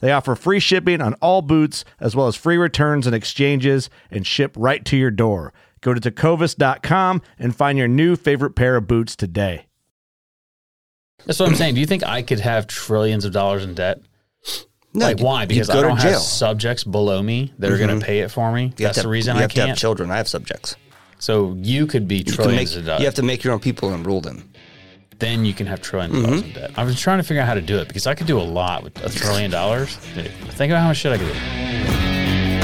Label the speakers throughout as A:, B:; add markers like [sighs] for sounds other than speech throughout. A: They offer free shipping on all boots, as well as free returns and exchanges, and ship right to your door. Go to tecovas.com and find your new favorite pair of boots today.
B: That's what I'm saying. Do you think I could have trillions of dollars in debt?
C: No,
B: like
C: you-
B: why?
C: you'd
B: Because
C: go
B: I
C: to
B: don't
C: jail. Mm-hmm.
B: have subjects below me that are going to pay it for me.
C: You have
B: That's
C: to-
B: the reason
C: you
B: I
C: have to have
B: can't.
C: children. I have subjects.
B: So you could be
C: You, can make,
B: trillions of dollars.
C: you have to make your own people and rule them.
B: then you can have 1000000000000 dollars
C: Mm-hmm.
B: in debt. I was trying to figure out how to do it because I could do a lot with a trillion dollars. Dude, think about how much shit I could do.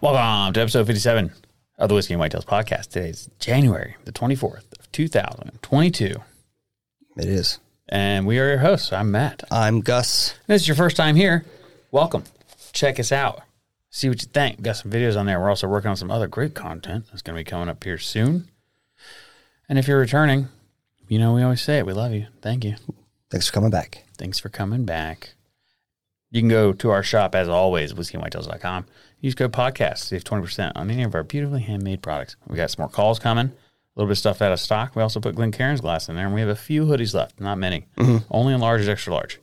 B: Welcome to episode 57 of the Whiskey and Whitetails podcast. Today's January the 24th of 2022.
C: It is.
B: And we are your hosts. I'm Matt.
C: I'm Gus.
B: And this is your first time here. Welcome. Check us out. See what you think. We've got some videos on there. We're also working on some other great content that's going to be coming up here soon. And if you're returning, you know, we always say it. We love you. Thank you.
C: Thanks for coming back.
B: Thanks for coming back. You can go to our shop as always, whiskeyandwhitetails.com. Use code podcast, save 20% on any of our beautifully handmade products. We got some more calls coming, a little bit of stuff out of stock. We also put Glenn Karen's glass in there, and we have a few hoodies left, not many, only in large and extra large.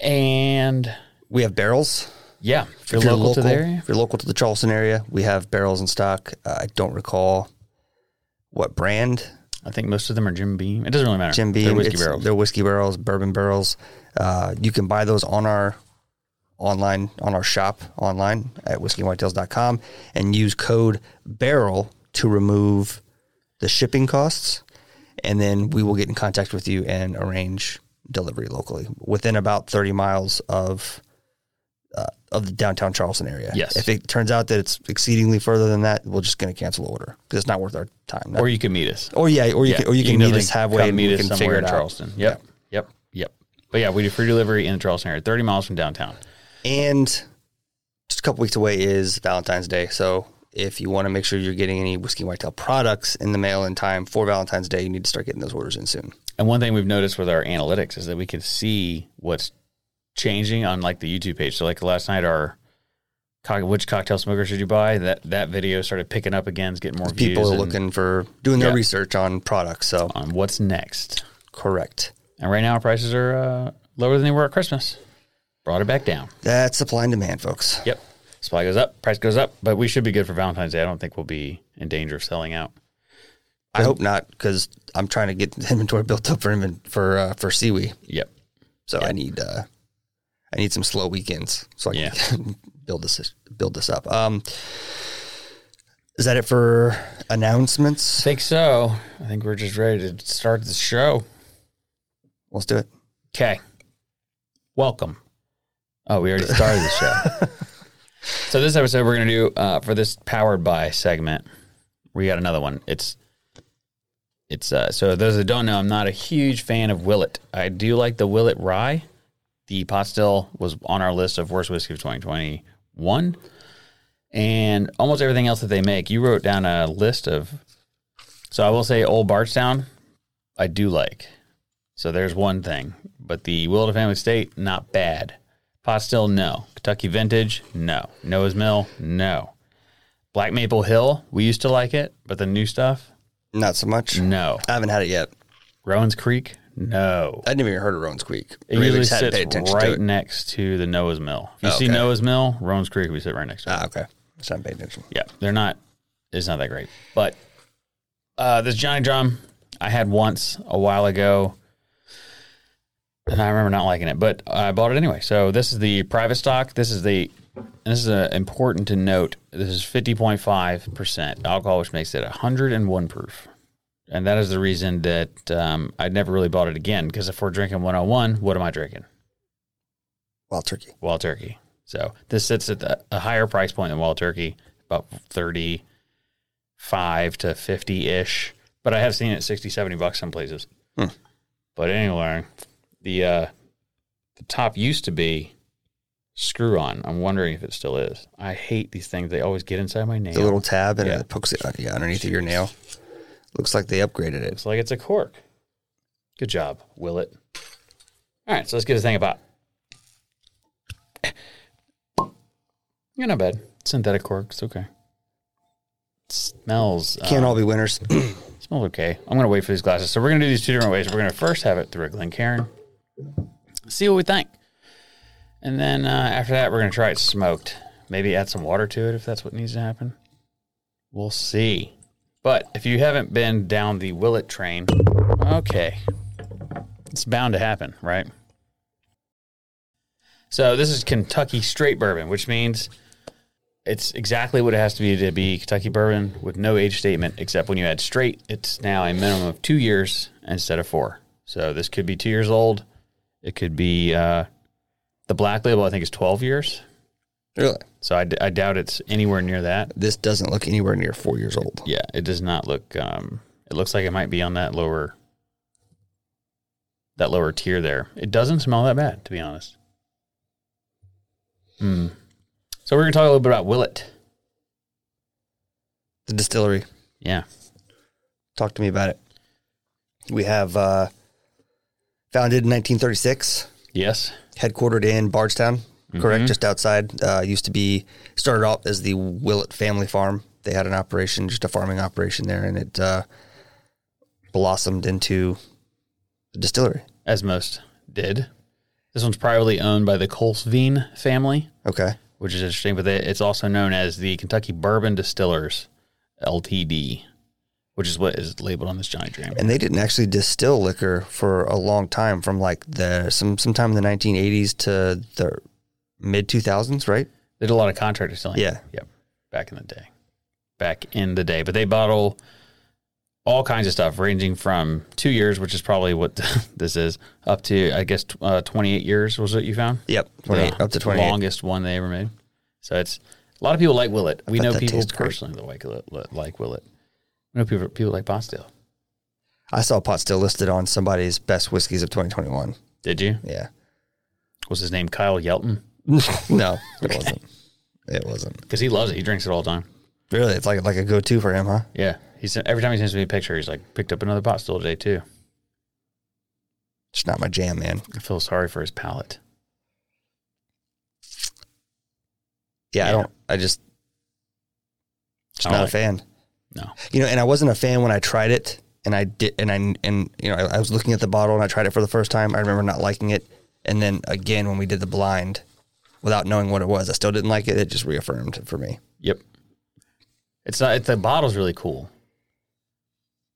B: And
C: We have barrels.
B: yeah, if you're, local, to the area,
C: if you're local to the Charleston area, we have barrels in stock. Uh, I don't recall what brand.
B: I think most of them are Jim Beam. It doesn't really matter.
C: Jim Beam.
B: They're whiskey
C: It's-
B: barrels.
C: They're whiskey barrels, bourbon barrels. Uh, you can buy those on our online on our shop online at whiskeyandwhitetails.com and use code barrel to remove the shipping costs and then we will get in contact with you and arrange delivery locally within about 30 miles of uh, of the downtown Charleston area.
B: Yes.
C: If it turns out that it's exceedingly further than that, we're just going to cancel the order because it's not worth our time.
B: or you can meet us.
C: Or yeah, or you
B: Yeah,
C: can, or you, can meet
B: definitely
C: us halfway
B: come
C: and we can figure it
B: in
C: out.
B: Charleston. Yep. Yep. Yep. But yeah, we do free delivery in the Charleston area, 30 miles from downtown.
C: And just a couple weeks away is Valentine's Day, so if you want to make sure you're getting any whiskey whitetail products in the mail in time for Valentine's Day, you need to start getting those orders in soon.
B: And one thing we've noticed with our analytics is that we can see what's changing on like the YouTube page. So like last night, our co- which cocktail smoker should you buy? That that video started picking up again, it's getting more views.
C: People are
B: and-
C: looking for doing their
B: Yeah.
C: research on products, so
B: on what's next.
C: correct.
B: And right now, our prices are uh, lower than they were at Christmas. Brought it back down.
C: That's supply and demand, folks.
B: Yep. Supply goes up, price goes up, but we should be good for Valentine's Day. I don't think we'll be in danger of selling out.
C: I hope not because I'm trying to get [laughs] the inventory built up for inven- for uh, for Siwi.
B: Yep.
C: So I need uh, I need some slow weekends so I
B: Yeah.
C: can [laughs] build this build this up. Um, is that it for announcements?
B: think so. I think we're just ready to start the show.
C: Let's do it.
B: Okay. Welcome. Oh, we already started the show. so this episode we're gonna do uh, for this powered by segment. We got another one. It's it's uh, so those that don't know, I'm not a huge fan of Willet. I do like the Willet Rye. The pot still was on our list of worst whiskey of 2020. one. And almost everything else that they make, you wrote down a list of. So I will say Old Bardstown, I do like. So there's one thing. But the Will to Family State, not bad. Pot Still, no. Kentucky Vintage, no. Noah's Mill, no. Black Maple Hill, we used to like it, but the new stuff,
C: Not so much.
B: no.
C: I haven't had it yet.
B: Rowan's Creek, no.
C: I never even heard of Roan's Creek.
B: It
C: Really
B: usually
C: just hadn't
B: sits
C: paid attention to
B: right
C: it.
B: next to the Noah's Mill. If you
C: Oh,
B: see
C: okay.
B: Noah's Mill, Roan's Creek, we sit right next to it.
C: Ah, okay. Just not paying attention.
B: yeah, they're not. It's not that great. But uh, this Johnny Drum I had once a while ago, and I remember not liking it, but I bought it anyway. So this is the private stock. This is the and this is uh important to note. This is fifty point five percent alcohol, which makes it hundred and one proof. And that is the reason that um, I never really bought it again. Because if we're drinking 101, what am I drinking?
C: Wild turkey.
B: Wild Turkey. So this sits at the, a higher price point than Wild Turkey, about 35 to 50 ish. But I have seen it 60, 70 bucks some places.
C: Hmm.
B: But anyway, the uh, the top used to be screw on. I'm wondering if it still is. I hate these things. They always get inside my nail.
C: The little tab and
B: Yeah.
C: it pokes it uh, yeah, underneath of your nail. Looks like they upgraded it.
B: Looks like it's a cork. Good job, Will it? All right, so let's get this thing about. You're not bad. Synthetic cork. It's okay. smells. uh,
C: Can't all be winners. [clears throat]
B: smells okay. I'm gonna wait for these glasses. So we're gonna do these two different ways. We're gonna first have it through a Glencairn, see what we think, and then uh, after that we're gonna try it smoked. Maybe add some water to it if that's what needs to happen. We'll see. But if you haven't been down the Willet train, okay, it's bound to happen, right? So this is Kentucky straight bourbon, which means it's exactly what it has to be to be Kentucky bourbon with no age statement, except when you add straight, it's now a minimum of two years instead of four. So this could be two years old. It could be uh, the black label, I think, is 12 years.
C: really?
B: So I, d- I doubt it's anywhere near that.
C: This doesn't look anywhere near four years old.
B: Yeah, it does not look. Um, it looks like it might be on that lower, that lower tier there. It doesn't smell that bad, to be honest. Hmm. So we're gonna talk a little bit about Willet.
C: The distillery.
B: Yeah.
C: Talk to me about it. We have uh, founded in 1936.
B: Yes.
C: headquartered in Bardstown, correct? Just outside. Uh, used to be started out as the Willett Family Farm. They had an operation, just a farming operation there, and it uh, blossomed into a distillery.
B: as most did. This one's privately owned by the Colsveen family,
C: Okay,
B: which is interesting, but they, it's also known as the Kentucky Bourbon Distillers LTD, which is what is labeled on this giant dream.
C: and they didn't actually distill liquor for a long time, from like the some sometime in the 1980s to the mid 2000s, right?
B: They did a lot of contract distilling.
C: Yeah.
B: Yep. Back in the day. Back in the day. But they bottle all kinds of stuff, ranging from two years, which is probably what [laughs] this is, up to, I guess, tw- uh, 28 years was what you found?
C: Yep, 28,
B: the
C: up to 28.
B: longest one they ever made. So it's a lot of people like Willet. We
C: bet
B: know
C: that
B: people
C: tastes great.
B: personally that like Willet- like Willet. We know people people like Bosdale.
C: I saw pot still listed on somebody's best whiskeys of 2021.
B: Did you?
C: Yeah,
B: Was his name Kyle Yelton?
C: no, it wasn't. It wasn't.
B: Because he loves it. He drinks it all the time.
C: Really, it's like like a go-to for him, huh?
B: Yeah, he's every time he sends me a picture, he's like picked up another pot still today too.
C: It's not my jam, man.
B: I feel sorry for his palate.
C: Yeah,
B: Yeah.
C: I don't. I just
B: I
C: just
B: don't
C: not
B: like-
C: a fan.
B: No.
C: You know, and I wasn't a fan when I tried it, and I did, and I and you know, I, I was looking at the bottle and I tried it for the first time. I remember not liking it, and then again when we did the blind, without knowing what it was, I still didn't like it. It just reaffirmed it for me.
B: Yep. It's not. It's, the bottle's really cool.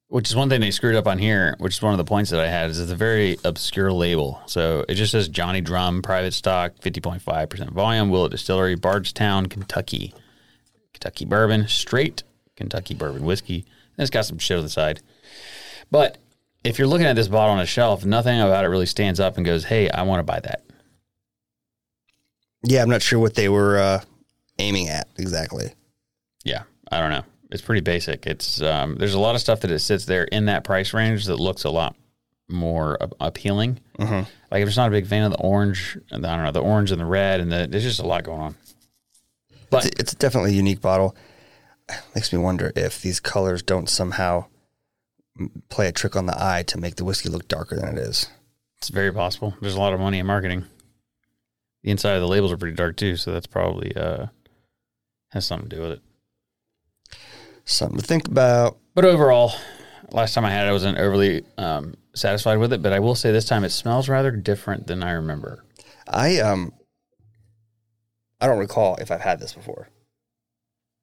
B: Which is one thing they screwed up on here, which is one of the points that I had, is it's a very obscure label. So it just says Johnny Drum, private stock, 50.5% volume, Willet Distillery, Bardstown, Kentucky. Kentucky bourbon, straight Kentucky bourbon whiskey. And it's got some shit on the side. But if you're looking at this bottle on a shelf, nothing about it really stands up and goes, hey, I want to buy that.
C: Yeah, I'm not sure what they were uh, aiming at exactly.
B: Yeah, I don't know. It's pretty basic. It's um, there's a lot of stuff that it sits there in that price range that looks a lot more a- appealing.
C: Mhm.
B: Like I'm just not a big fan of the orange. And the, I don't know the orange and the red and the there's just a lot going on. But
C: it's, it's definitely a unique bottle. [sighs] Makes me wonder if these colors don't somehow m- play a trick on the eye to make the whiskey look darker than it is.
B: it's very possible. There's a lot of money in marketing. The inside of the labels are pretty dark too, so that's probably uh has something to do with it.
C: Something to think about.
B: But overall, last time I had it, I wasn't overly um, satisfied with it. But I will say this time, it smells rather different than I remember.
C: I um, I don't recall if I've had this before,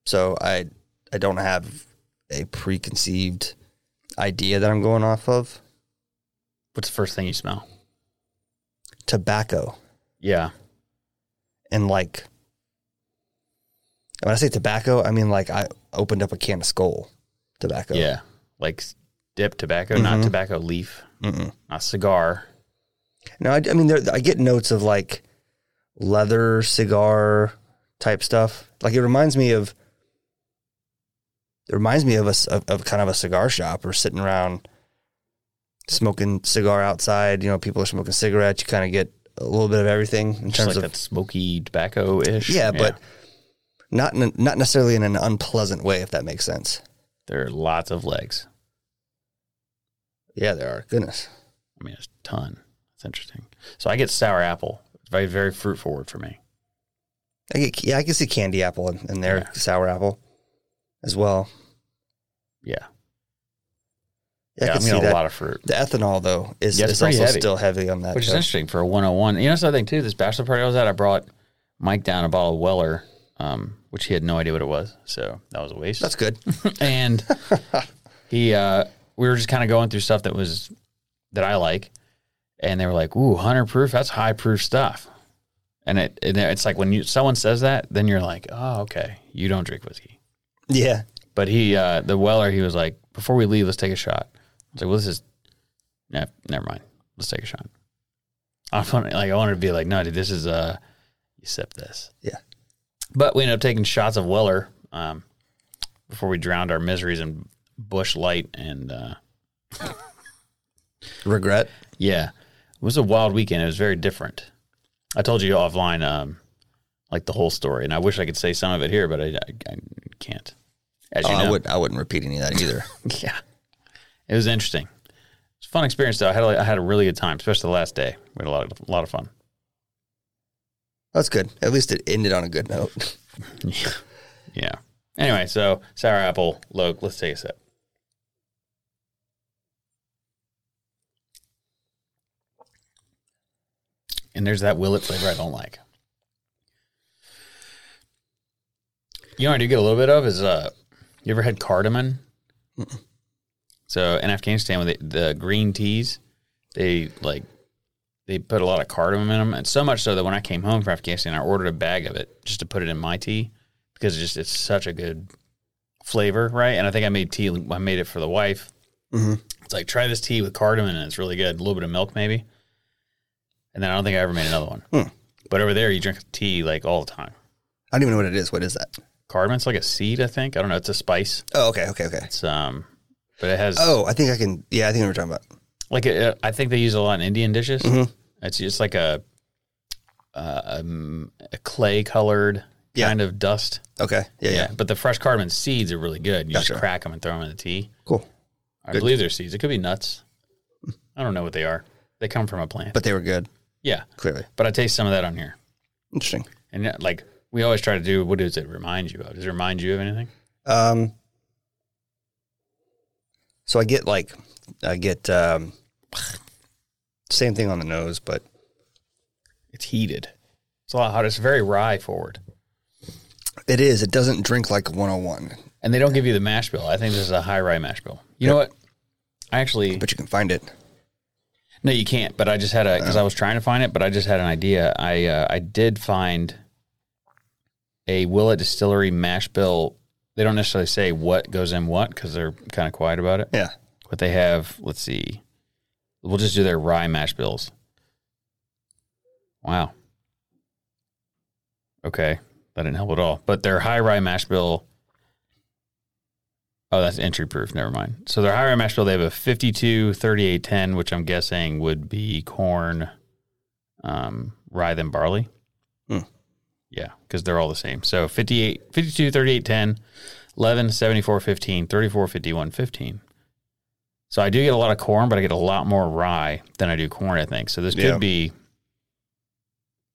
C: so I I don't have a preconceived idea that I'm going off of
B: What's the first thing you smell?
C: tobacco.
B: Yeah,
C: and like when I say tobacco, I mean like I opened up a can of Skull tobacco.
B: yeah, like s- dip tobacco, not
C: Mhm.
B: tobacco leaf,
C: Mm-mm.
B: not cigar.
C: No, I, I mean there, I get notes of like leather cigar type stuff. Like it reminds me of it reminds me of us of, of kind of a cigar shop or sitting around smoking cigar outside. You know, people are smoking cigarettes. You kind of get a little bit of everything in
B: Just
C: terms
B: like
C: of
B: that smoky tobacco ish.
C: yeah, but not in a, not necessarily in an unpleasant way, if that makes sense.
B: there are lots of legs.
C: Yeah, there are. Goodness.
B: I mean, it's a ton. It's interesting. So I get sour apple. It's very, very fruit forward for me.
C: I get, yeah, I can see candy apple in, in there,
B: Yeah.
C: sour apple as well.
B: Yeah.
C: Yeah, I
B: I'm
C: can see
B: getting
C: that.
B: a lot of fruit.
C: the ethanol though is,
B: Yeah, it's
C: is
B: pretty
C: also
B: heavy.
C: still heavy on that.
B: Which is
C: though.
B: interesting for a 101. You know, that's the other thing, too. This bachelor party I was at, I brought Mike down a bottle of Weller, um, which he had no idea what it was. So that was a waste.
C: That's good. [laughs]
B: [laughs] and he, uh, we were just kind of going through stuff that was, that I like. And they were like, ooh, 100 proof, that's high proof stuff. And it, and it's like when you someone says that, then you're like, oh, okay, you don't drink whiskey.
C: yeah,
B: But he, uh, the Weller, he was like, before we leave, let's take a shot. I was like, well, this is, no, never mind. Let's take a shot. [laughs] I wanted, like, I wanted to be like, no, dude, this is, uh, you sip this.
C: Yeah.
B: But we ended up taking shots of Weller, um, before we drowned our miseries in Bush Light. And, uh,
C: regret.
B: yeah, it was a wild weekend. It was very different. I told you offline, um, like the whole story, and I wish I could say some of it here, but I, I, I can't. As
C: Oh,
B: you know,
C: I would I wouldn't repeat any of that either.
B: [laughs] yeah. It was interesting. It's a fun experience though. I had a, I had a really good time, especially the last day. We had a lot of, a lot of fun.
C: [laughs] That's good. At least it ended on a good note. [laughs]
B: Yeah. Anyway, so sour apple, Loke, let's take a sip. And there's that Willet flavor I don't like. You know what I do get a little bit of is uh you ever had cardamom? So in Afghanistan when they, the green teas, they like they put a lot of cardamom in them, and so much so that when I came home from Afghanistan, I ordered a bag of it just to put it in my tea because it's just it's such a good flavor, right? And I think I made tea. I made it for the wife.
C: Mhm.
B: It's like try this tea with cardamom, and it's really good. A little bit of milk, maybe. And then I don't think I ever made another one.
C: Hmm.
B: But over there, you drink tea like all the time.
C: I don't even know what it is. What is that?
B: Cardamon's like a seed, I think. I don't know. It's a spice.
C: Oh, okay, okay, okay.
B: It's um, but it has
C: Oh, I think I can. Yeah, I think I know what we're talking about.
B: like uh, I think they use it a lot in Indian dishes.
C: Mhm.
B: It's just like a uh, um, a clay colored
C: Yeah.
B: kind of dust.
C: Okay, yeah, yeah,
B: But the fresh cardamom seeds are really good. You
C: Gotcha.
B: just crack them and throw them in the tea.
C: cool.
B: I
C: Good.
B: believe they're seeds. It could be nuts. I don't know what they are. They come from a plant.
C: But they were good.
B: yeah,
C: Clearly
B: but I taste some of that on here.
C: interesting.
B: And yeah, like we always try to do, what does it remind you of? Does it remind you of anything?
C: Um, so I get like, I get um, [sighs] same thing on the nose, but
B: It's heated. It's a lot hotter. It's very rye forward.
C: it is. It doesn't drink like 101,
B: And they don't give you the mash bill. I think this is a high rye mash bill. You know what? I actually
C: but you can find it.
B: No, you can't. But I just had a because I was trying to find it, but I just had an idea. I uh, I did find a Willet Distillery mash bill. They don't necessarily say what goes in what because they're kind of quiet about it.
C: Yeah.
B: But they have let's see, we'll just do their rye mash bills. Wow. Okay, that didn't help at all. But their high rye mash bill. Oh, that's entry proof. Never mind. So their high rye mash bill, they have a 52, 38, 10, which I'm guessing would be corn, um, rye, then barley.
C: Hmm.
B: Yeah, because they're all the same. So 58, 52, 38, 10, 11, 74, 15, 34, 51, 15. So I do get a lot of corn, but I get a lot more rye than I do corn, I think. So this could
C: Yeah.
B: be.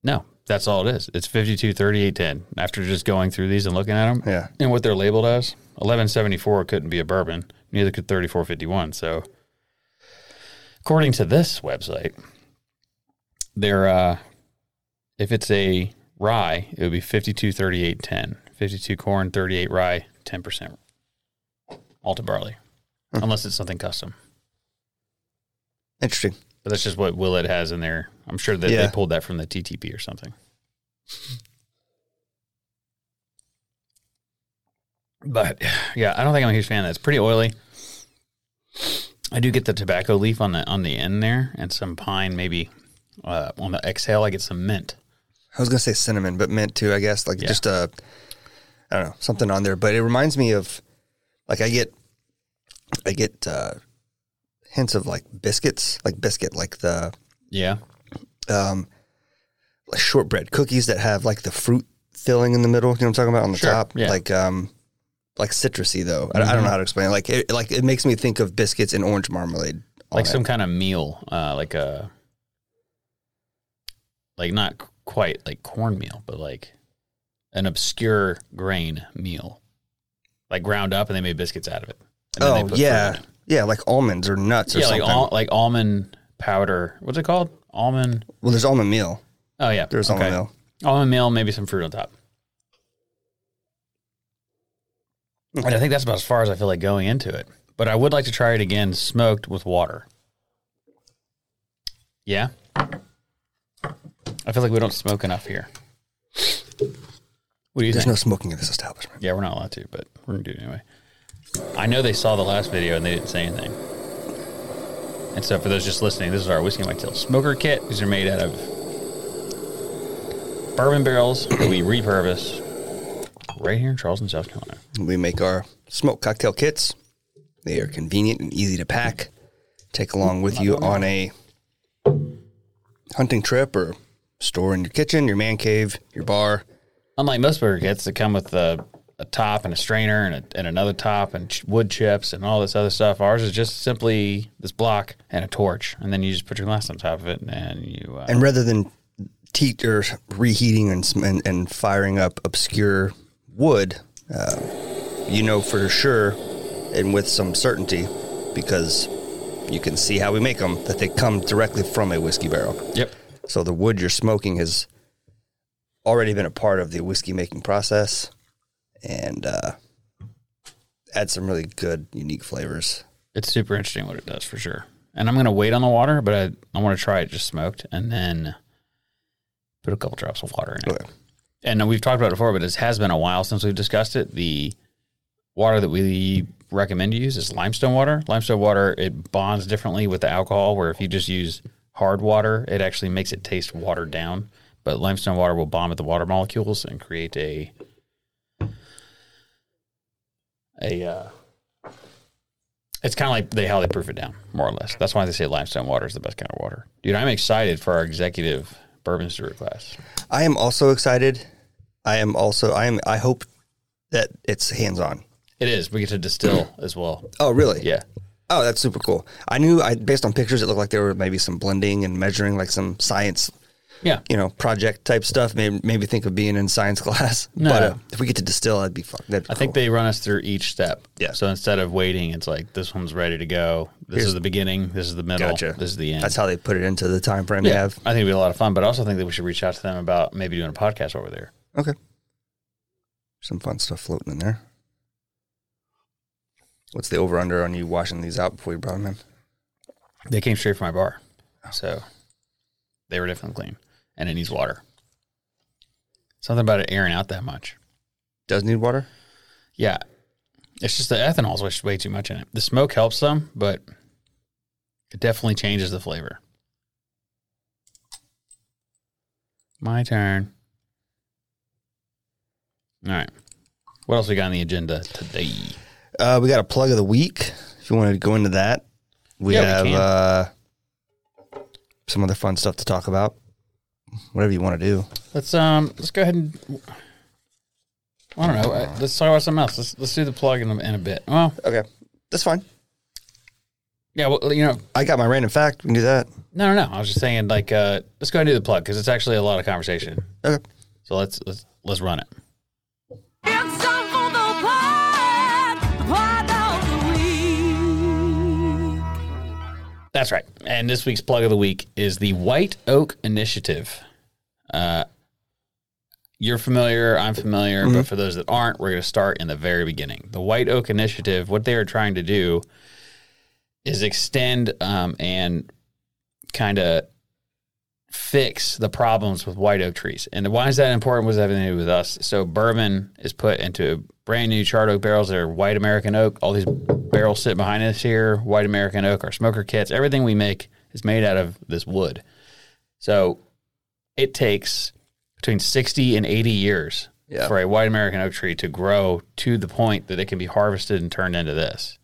B: No, that's all it is. It's 52, 38, 10. After just going through these and looking at them
C: Yeah.
B: and what they're labeled as, 1174 couldn't be a bourbon, neither could 3451. So according to this website, they're uh if it's a rye, it would be 52 38 10. 52 corn, 38 rye, 10% malted barley. Unless it's something custom.
C: Interesting.
B: But that's just what Willett has in there. I'm sure that
C: Yeah.
B: they pulled that from the TTP or something. But yeah, I don't think I'm a huge fan of that. It's pretty oily. I do get the tobacco leaf on the on the end there and some pine maybe uh, on the exhale I get some mint.
C: I was gonna say cinnamon, but mint too. I guess like
B: Yeah.
C: just a, I don't know something on there. But it reminds me of, like I get, I get uh, hints of like biscuits, like biscuit, like the
B: Yeah.
C: um, like shortbread cookies that have like the fruit filling in the middle. You know what I'm talking about on the
B: Sure,
C: top,
B: yeah. Mm-hmm.
C: like um, like citrusy though. I, I don't know how to explain. It. Like it, like it makes me think of biscuits and orange marmalade. on
B: like
C: it.
B: some kind of meal, uh, like a like not qu- quite like cornmeal, but like an obscure grain meal, like ground up, and they made biscuits out of it. And then
C: Oh
B: they put
C: yeah,
B: fruit in it.
C: yeah, like almonds or nuts or
B: yeah, like
C: something.
B: al- like almond powder. What's it called? Almond.
C: well, there's almond meal.
B: Oh yeah,
C: There's
B: okay.
C: almond meal.
B: Almond meal, maybe some fruit on top. And I think that's about as far as I feel like going into it. But I would like to try it again, smoked with water. Yeah. I feel like we don't smoke enough here. What do you
C: There's
B: think?
C: no smoking in this establishment.
B: yeah, we're not allowed to, but we're gonna do it anyway. I know they saw the last video and they didn't say anything. And so for those just listening, this is our whiskey and whitetail smoker kit. These are made out of bourbon barrels that we repurpose right here in Charleston, South Carolina.
C: We make our smoke cocktail kits. They are convenient and easy to pack. Take along with you on a hunting trip or store in your kitchen, your man cave, your bar.
B: Unlike most burger kits that come with a, a top and a strainer and, a, and another top and ch- wood chips and all this other stuff, ours is just simply this block and a torch, and then you just put your glass on top of it and you uh,
C: And rather than teat or reheating and, sm- and, and firing up obscure wood, uh, you know for sure and with some certainty because you can see how we make them that they come directly from a whiskey barrel.
B: yep.
C: So the wood you're smoking has already been a part of the whiskey making process and uh, adds some really good, unique flavors.
B: It's super interesting what it does for sure. And I'm gonna wait on the water, but I, I want to try it just smoked and then put a couple drops of water in it.
C: Okay.
B: And we've talked about it before, but it has been a while since we've discussed it. The water that we recommend to use is limestone water. Limestone water it bonds differently with the alcohol. Where if you just use hard water, it actually makes it taste watered down. But limestone water will bond with the water molecules and create a a uh, it's kind of like they how they proof it down, more or less. That's why they say limestone water is the best kind of water. Dude, I'm excited for our executive bourbon steward class.
C: I am also excited. I am also, I am, I hope that it's hands on.
B: It is. We get to
C: [clears throat]
B: distill as well.
C: Oh, really?
B: Yeah.
C: Oh, that's super cool. I knew I, based on pictures, it looked like there were maybe some blending and measuring, like some science,
B: Yeah.
C: you know, project type stuff. Maybe, maybe think of being in science [laughs] class.
B: No.
C: But uh, if we get to distill, that'd be fun. That'd be
B: I think
C: cool.
B: they run us through each step.
C: Yeah.
B: So instead of waiting, it's like this one's ready to go. This
C: Here's-
B: is the beginning. This is the middle.
C: Gotcha.
B: This is the end.
C: that's how they put it into the time frame they
B: yeah. I
C: have.
B: think it'd be a lot of fun, but I also think that we should reach out to them about maybe doing a podcast over there.
C: Okay. Some fun stuff floating in there. What's the over under on you washing these out before you brought them in?
B: They came straight from my bar.
C: Oh.
B: So they were definitely clean. And it needs water. Something about it airing out that much.
C: Does need water?
B: Yeah. It's just the ethanol is way too much in it. The smoke helps them, but it definitely changes the flavor. My turn. All right. What else we got on the agenda today?
C: Uh, we got a plug of the week. If you want to go into that, we
B: Yeah, we
C: have
B: can.
C: uh, some other fun stuff to talk about. whatever you want to do.
B: Let's um let's go ahead and I don't know. uh, Let's talk about something else. Let's let's do the plug in a, in a bit. Well,
C: Okay, that's fine.
B: yeah, well, you know,
C: I got my random fact. We can do that.
B: no, no, no. I was just saying, like, uh, let's go ahead and do the plug because it's actually a lot of conversation.
C: Okay.
B: So let's let's let's run it.
D: It's time for the pod, the pod of the week.
B: That's right. And this week's plug of the week is the White Oak Initiative. Uh, you're familiar, I'm familiar, but for those that aren't, we're going to start in the very beginning. The White Oak Initiative, what they are trying to do is extend um, and kind of fix the problems with white oak trees. And why is that important? What does that have anything to do with us? So bourbon is put into brand new charred oak barrels that are white American oak. All these barrels sit behind us here, white American oak, our smoker kits, everything we make is made out of this wood. So it takes between 60 and 80 years
C: Yeah.
B: for a white American oak tree to grow to the point that it can be harvested and turned into this.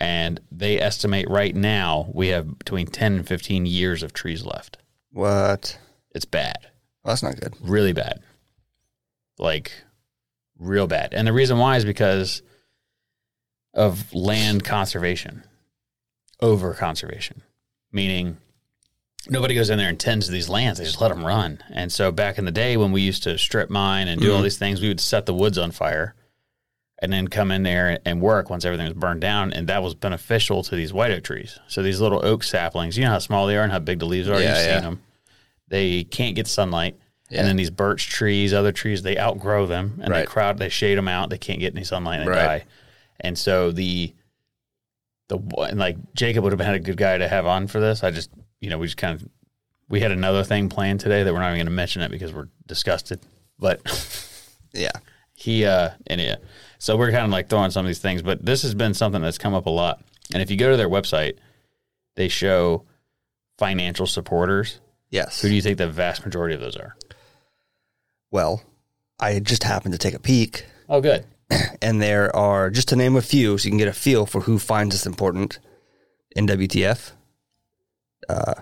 B: And they estimate right now we have between 10 and 15 years of trees left.
C: What?
B: It's bad
C: Well, that's not good.
B: really bad. Like real bad. And the reason why is because of land conservation. Over conservation. Meaning nobody goes in there and tends to these lands. They just let them run. And so back in the day when we used to strip mine and do
C: Mm-hmm.
B: all these things, we would set the woods on fire and then come in there and work once everything was burned down. And that was beneficial to these white oak trees. So these little oak saplings, you know how small they are and how big the leaves are.
C: Yeah,
B: You've
C: yeah.
B: seen them. They can't get sunlight.
C: Yeah.
B: And then these birch trees, other trees, they outgrow them and they
C: Right.
B: crowd, they shade them out. They can't get any sunlight and they
C: Right.
B: die. And so the, the and like Jacob would have been a good guy to have on for this. I just, you know, we just kind of, we had another thing planned today that we're not even going to mention it because we're disgusted. But [laughs]
C: Yeah.
B: he uh and yeah so we're kind of like throwing some of these things but this has been something that's come up a lot and if you go to their website they show financial supporters
C: Yes.
B: who do you think the vast majority of those are
C: well, I just happened to take a peek,
B: oh good
C: and there are just to name a few, so you can get a feel for who finds this important. NWTF, uh,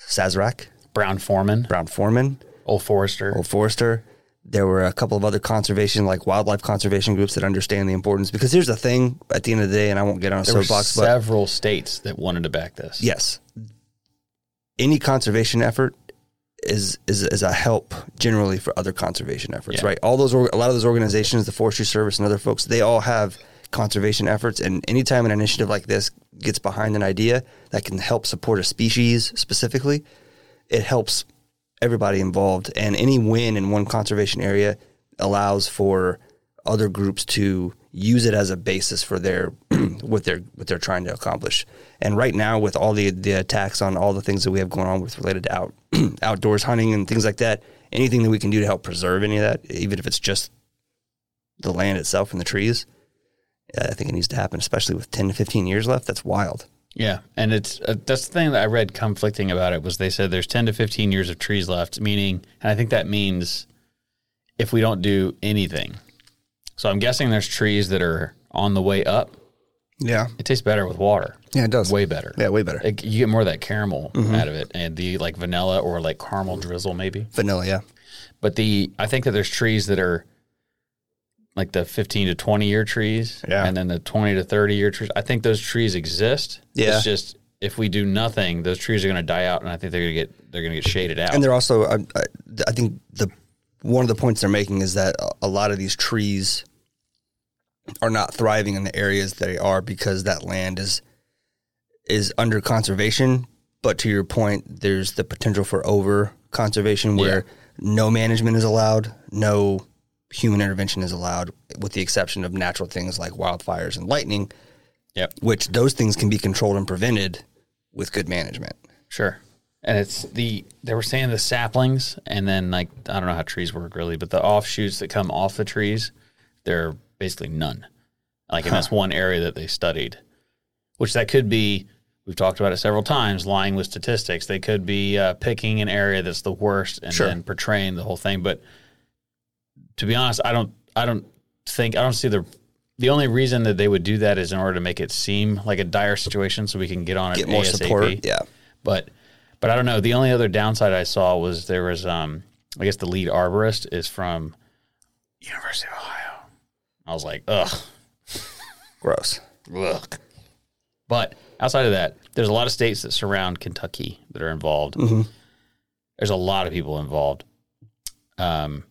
C: Sazerac,
B: brown foreman
C: Brown Foreman,
B: old forester
C: Old Forester. There were a couple of other conservation, like wildlife conservation groups, that understand the importance. Because here's the thing: at the end of the day, and I won't get on a
B: there were
C: soapbox, but
B: several states that wanted to back this
C: Yes. Any conservation effort is is is a help generally for other conservation efforts,
B: Yeah.
C: right? All those org- a lot of those organizations, the Forestry Service and other folks, they all have conservation efforts and anytime an initiative like this gets behind an idea that can help support a species specifically, it helps everybody involved and any win in one conservation area allows for other groups to use it as a basis for their [clears throat] what they're what they're trying to accomplish and right now with all the the attacks on all the things that we have going on with related to out [clears throat] outdoors hunting and things like that anything that we can do to help preserve any of that even if it's just the land itself and the trees uh, i think it needs to happen especially with 10 to 15 years left that's wild
B: Yeah, and it's uh, that's the thing that I read conflicting about it was they said there's 10 to 15 years of trees left, meaning, and I think that means if we don't do anything. So I'm guessing there's trees that are on the way up.
C: yeah
B: It tastes better with water.
C: yeah it does
B: Way better.
C: yeah Mm-hmm. way better
B: Like, you get more of that caramel out of it and the like vanilla or like caramel drizzle maybe.
C: vanilla yeah
B: But the I think that there's trees that are like the 15 to 20 year trees
C: Yeah.
B: and then the 20 to 30 year trees. I think those trees exist.
C: Yeah.
B: It's just if we do nothing, those trees are going to die out and I think they're going to get they're going to get shaded out.
C: And they're also, I, I, I think the one of the points they're making is that a- a lot of these trees are not thriving in the areas they are because that land is is under conservation. But to your point, there's the potential for over conservation where no management is allowed, no human intervention is allowed, with the exception of natural things like wildfires and lightning,
B: yep.
C: which those things can be controlled and prevented with good management.
B: Sure. And it's the they were saying the saplings and then like I don't know how trees work really, but the offshoots that come off the trees, they're basically none. Like and that's one area that they studied. Which that could be we've talked about it several times, lying with statistics. They could be uh, picking an area that's the worst and
C: Sure.
B: then portraying the whole thing. But to be honest, I don't I don't think I don't see the the only reason that they would do that is in order to make it seem like a dire situation so we can get on it
C: Get more
B: ASAP
C: support. Yeah.
B: but But I don't know. The only other downside I saw was there was, um, I guess the lead arborist is from University of Ohio. I was like, ugh,
C: Gross.
B: ugh. But outside of that, there's a lot of states that surround Kentucky that are involved. There's a lot of people involved. Um,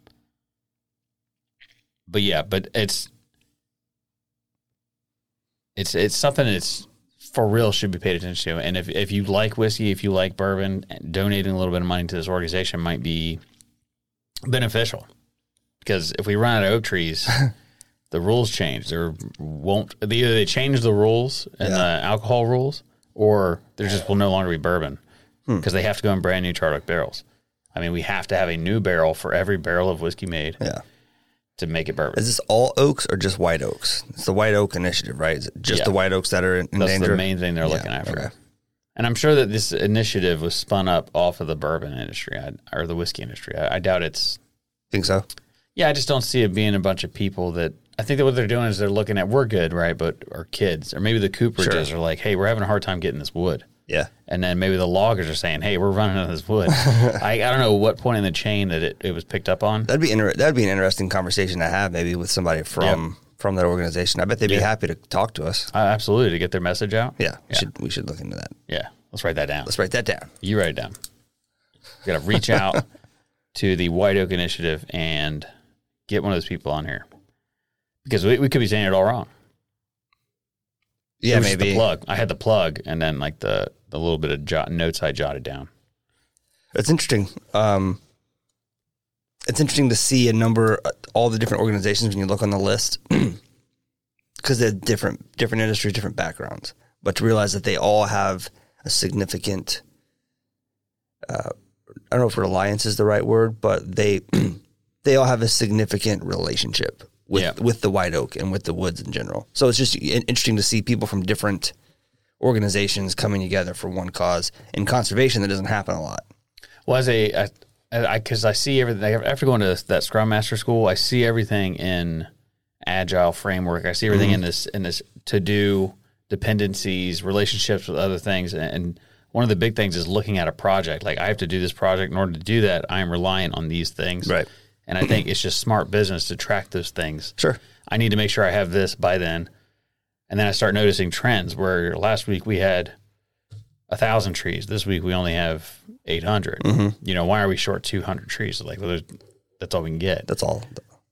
B: but yeah, but it's it's it's something that's for real should be paid attention to. And if if you like whiskey, if you like bourbon, donating a little bit of money to this organization might be beneficial. Because if we run out of oak trees, the rules change. There won't either they change the rules and the alcohol rules, or there just will no longer be bourbon because they have to go in brand new charred oak barrels. I mean, we have to have a new barrel for every barrel of whiskey made
C: Yeah.
B: to make it bourbon.
C: Is this all oaks or just white oaks? It's the white oak initiative, right? Is it just
B: Yeah.
C: the white oaks that are in, in
B: That's
C: danger?
B: the main thing they're
C: Yeah,
B: looking after.
C: okay.
B: And I'm sure that this initiative was spun up off of the bourbon industry I, or the whiskey industry. I, I doubt it's.
C: Think so?
B: Yeah, I just don't see it being a bunch of people that. I think that what they're doing is they're looking at we're good, right? But our kids, or maybe the cooperages are like, hey, we're having a hard time getting this wood.
C: Yeah.
B: And then maybe the loggers are saying, hey, we're running out of this
C: [laughs]
B: wood. I, I don't know what point in the chain that it, it was picked up on.
C: That'd be inter- that'd be an interesting conversation to have maybe with somebody from from that organization. I bet they'd be happy to talk to us.
B: Uh, absolutely, to get their message out.
C: Yeah. We
B: Yeah.
C: should we should look into that.
B: Yeah. Let's write that down.
C: Let's write that down.
B: You write it down. You got to reach
C: [laughs]
B: out to the White Oak Initiative and get one of those people on here because we, we could be saying it all wrong. It
C: Yeah,
B: was just
C: maybe.
B: the plug. I had the plug and then like the the little bit of jot, notes I jotted down.
C: It's interesting. Um, it's interesting to see a number, all the different organizations when you look on the list, [clears throat] because they're different, different industries, different backgrounds. But to realize that they all have a significant, uh, I don't know if reliance is the right word, but they [clears throat] they all have a significant relationship with
B: Yeah.
C: with the white oak and with the woods in general. So it's just in- interesting to see people from different organizations coming together for one cause in conservation that doesn't happen a lot.
B: Well, as a, I, I, cause I see everything after going to that scrum master school, I see everything in agile framework. I see everything in this, in this to do dependencies, relationships with other things. And, and one of the big things is looking at a project. Like I have to do this project in order to do that. I am reliant on these things.
C: Right.
B: And I think it's just smart business to track those things.
C: Sure.
B: I need to make sure I have this by then. And then I start noticing trends where last week we had a thousand trees. This week we only have 800. You know, why are we short 200 trees? Like, well, there's- that's all we can get.
C: That's all.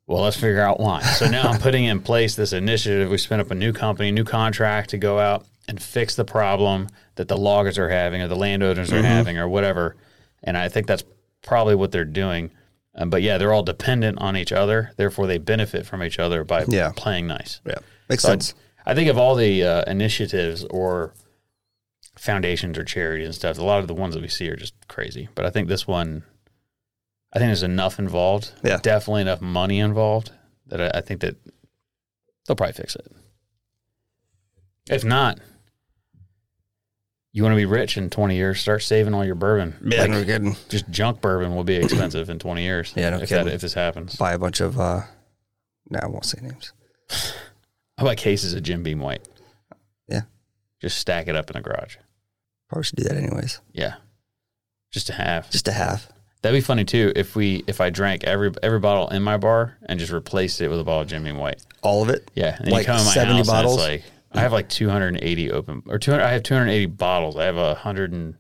B: Well, let's figure out why. So now I'm putting in place this initiative. We spin up a new company, new contract to go out and fix the problem that the loggers are having or the landowners are having or whatever. And I think that's probably what they're doing. Um, but yeah, they're all dependent on each other. Therefore, they benefit from each other by
C: Yeah.
B: playing nice.
C: Yeah. Makes
B: So I-
C: sense.
B: I think of all the uh, initiatives or foundations or charities and stuff. A lot of the ones that we see are just crazy, but I think this one, I think there's enough involved.
C: Yeah.
B: definitely enough money involved that I, I think that they'll probably fix it. If not, you want to be rich in 20 years, start saving all your bourbon.
C: Yeah,
B: Like,
C: no kidding.
B: just junk bourbon will be expensive in 20 years.
C: Yeah, no
B: if, that,
C: kidding.
B: if this happens.
C: Buy a bunch of, uh, no, I won't say names.
B: How about cases of Jim Beam White?
C: Yeah.
B: Just stack it up in the garage.
C: Probably should do that anyways.
B: Yeah. Just to have.
C: Just to have.
B: That'd be funny too if we if I drank every every bottle in my bar and just replaced it with a bottle of Jim Beam White.
C: All of it.
B: Yeah. And
C: Like 70
B: and it's
C: bottles?
B: like I have like 280 open or 200 I have 280 bottles. I have a 100 and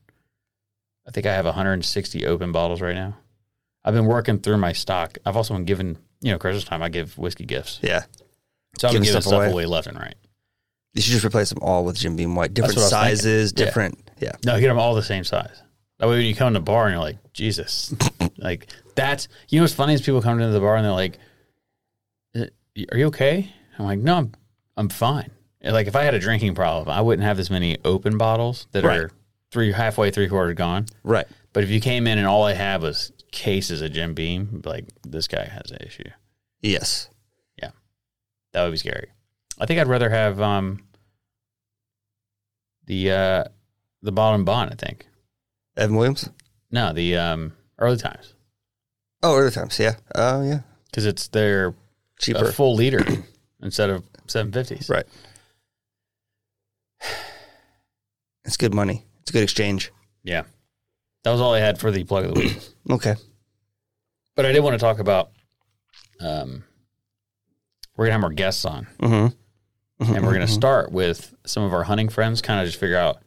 B: I think I have 160 open bottles right now. I've been working through my stock. I've also been given, you know, Christmas time I give whiskey gifts.
C: Yeah.
B: So I've been
C: Giving
B: giving
C: stuff
B: stuff away.
C: away.
B: left and right.
C: You should just replace them all with Jim Beam White. Different
B: what I was thinking.
C: sizes,
B: Yeah.
C: different. Yeah.
B: No, get them all the same size. That way, when you come to the bar and you're like, Jesus, like that's you know what's funny is people come into the bar and they're like, "Uh, Are you okay? I'm like, No, I'm I'm fine. And, like if I had a drinking problem, I wouldn't have this many open bottles that
C: Right.
B: are three halfway, three quarter gone.
C: Right.
B: But if you came in and all I had was cases of Jim Beam, you'd be like this guy has an issue.
C: Yes.
B: That would be scary. I think I'd rather have um the uh the bottom bond. I think
C: Evan Williams?
B: no the um early times.
C: Oh, early times. Yeah. Oh, yeah.
B: because it's their
C: Cheaper.
B: a full liter [clears throat] instead of 750s.
C: right. [sighs] It's good money. It's a good exchange.
B: Yeah. That was all I had for the plug of the week.
C: Okay.
B: But I did want to talk about um, we're gonna have more guests on,
C: Mm-hmm.
B: and we're gonna start with some of our hunting friends, kind of just figure out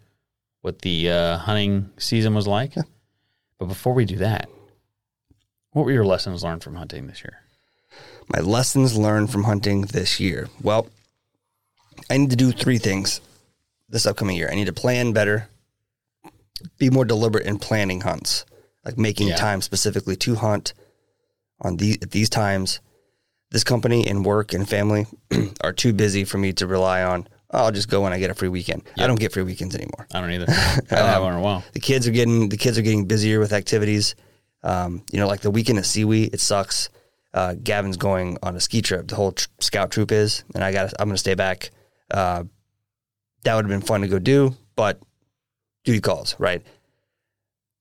B: what the uh, hunting season was like. But before we do that, what were your lessons learned from hunting this year?
C: my lessons learned from hunting this year. Well, I need to do three things this upcoming year. I need to plan better, be more deliberate in planning hunts, like making
B: Yeah.
C: time specifically to hunt on these at these times. This company and work and family [clears throat] are too busy for me to rely on. "Oh, I'll just go when I get a free weekend. I don't get free weekends anymore
B: I
C: [laughs]
B: don't either. I haven't had one in a while.
C: the kids are getting the kids are getting busier with activities. Um, you know, like the weekend at Seaweed, it sucks. Uh, Gavin's going on a ski trip. The whole tr- scout troop is, and I got I'm going to stay back. Uh, that would have been fun to go do, but duty calls, right?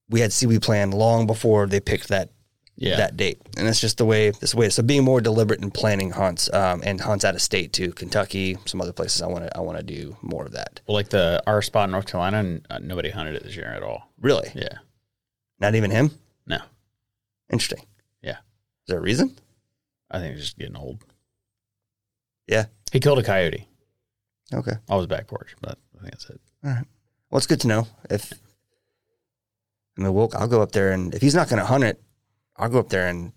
C: We had Seaweed planned long before they picked that
B: Yeah,
C: that date, and that's just the way this way. So being more deliberate in planning hunts um, and hunts out of state too, Kentucky, some other places. I want to I want to do more of that.
B: well, like the our spot in North Carolina, and uh, nobody hunted it this year at all.
C: Really,
B: Yeah,
C: not even him.
B: no,
C: Interesting.
B: yeah,
C: Is there a reason?
B: I think it's just getting old.
C: Yeah.
B: He killed a coyote.
C: Okay.
B: I was back porch, but I think that's it.
C: All right. Well, it's good to know. If I mean, we'll, I'll go up there, and if he's not going to hunt it, I'll go up there and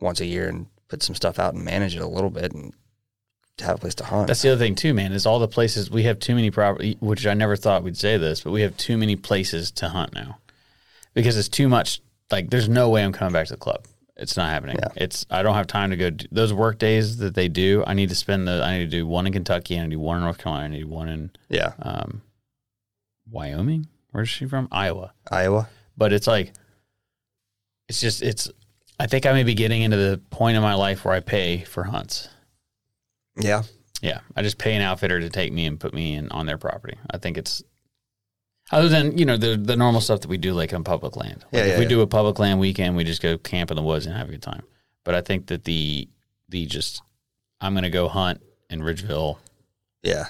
C: once a year and put some stuff out and manage it a little bit and to have a place to hunt.
B: That's the other thing too, man. Is all the places we have too many property, which I never thought we'd say this, but we have too many places to hunt now because it's too much. Like, there's no way I'm coming back to the club. It's not happening.
C: Yeah.
B: It's I don't have time to go. Do, those work days that they do, I need to spend the. I need to do one in Kentucky. I need to do one in North Carolina. I need to do one in
C: yeah,
B: um, Wyoming. Where's she from? Iowa.
C: Iowa.
B: but it's like it's just it's i think i may be getting into the point in my life where i pay for hunts
C: Yeah,
B: yeah i just pay an outfitter to take me and put me in on their property i think it's other than you know the the normal stuff that we do like on public land like
C: Yeah,
B: if
C: yeah,
B: we
C: yeah.
B: do a public land weekend we just go camp in the woods and have a good time but i think that the the just i'm gonna go hunt in ridgeville
C: yeah,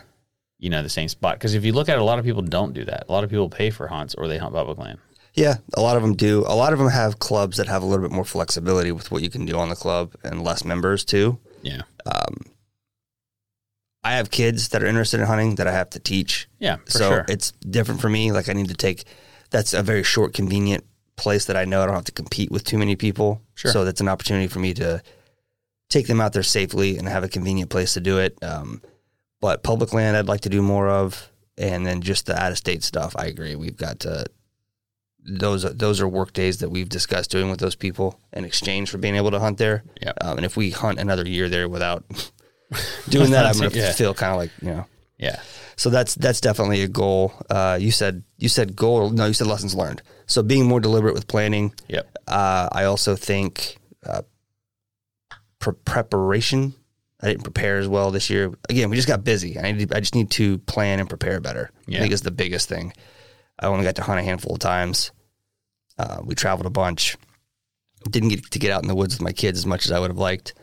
B: you know the same spot because if you look at it, a lot of people don't do that a lot of people pay for hunts or they hunt public land
C: yeah. A lot of them do. A lot of them have clubs that have a little bit more flexibility with what you can do on the club and less members too.
B: yeah
C: Um, I have kids that are interested in hunting that I have to teach
B: yeah for
C: so
B: sure
C: it's different for me. Like I need to take that's a very short, convenient place that I know I don't have to compete with too many people.
B: Sure.
C: So that's an opportunity for me to take them out there safely and have a convenient place to do it. Um, but public land, I'd like to do more of, and then just the out of state stuff. I agree. We've got to those those are work days that we've discussed doing with those people in exchange for being able to hunt there.
B: Yep.
C: Um, and if we hunt another year there without [laughs]
B: [laughs]
C: doing that, I'm going to
B: Yeah.
C: feel kind of like you know.
B: yeah
C: So that's that's definitely a goal. Uh, you said you said goal. No, you said lessons learned. So being more deliberate with planning.
B: yep
C: Uh, I also think uh, pre- preparation. I didn't prepare as well this year. Again, we just got busy. I need to, I just need to plan and prepare better. I
B: Yeah.
C: think is the biggest thing. I only got to hunt a handful of times. Uh, we traveled a bunch. Didn't get to get out in the woods with my kids as much as I would have liked.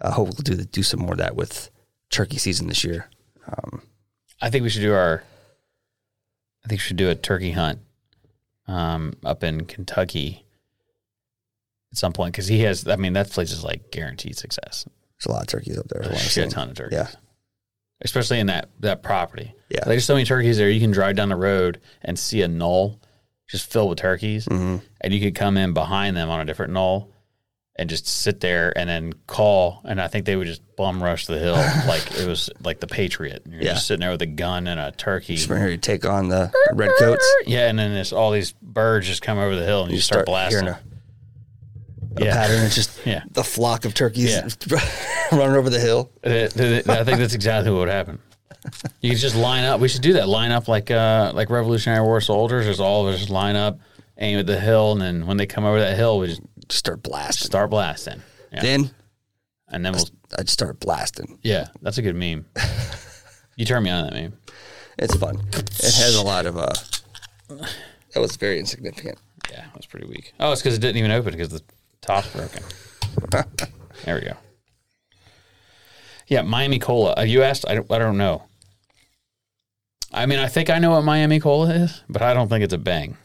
C: I hope we'll do do some more of that with turkey season this year. Um,
B: I think we should do our. I think we should do a turkey hunt, um, up in Kentucky. At some point, because he has. I mean, that place is like guaranteed success.
C: There's a lot of turkeys up there. I
B: There's a
C: wanna
B: shit
C: say.
B: ton of turkeys.
C: Yeah.
B: Especially in that that property.
C: Yeah.
B: Like, there's so many turkeys there. You can drive down the road and see a knoll just filled with turkeys,
C: Mm-hmm.
B: and you could come in behind them on a different knoll. And just sit there and then call, and I think they would just bum rush the
C: [laughs]
B: hill like it was like the Patriot. You're
C: Yeah.
B: just sitting there with a gun and a turkey.
C: Just bring her to take on the red coats.
B: Yeah, and then there's all these birds just come over the hill and you, start, blasting.
C: hearing a, a
B: yeah. [laughs]
C: pattern. It's just
B: Yeah.
C: the flock of turkeys
B: Yeah.
C: [laughs] running over the hill.
B: Th- th- th- I think that's exactly what would happen. You could just line up. We should do that. Line up like uh like Revolutionary War soldiers. Just all of us just line up, aim at the hill, and then when they come over that hill, we just
C: Just start blasting.
B: start blasting. Yeah.
C: Then
B: and then we'll
C: I'd start blasting.
B: yeah, that's a good meme. You turn me on to that meme.
C: It's fun. It has a lot of. uh That was very insignificant.
B: Yeah, that's pretty weak. Oh, it's because it didn't even open because the top's
C: [laughs]
B: broken. there we go. Yeah, Miami Cola. Uh, you asked. I don't, I don't know. I mean, I think I know what Miami Cola is, but I don't think it's a bang.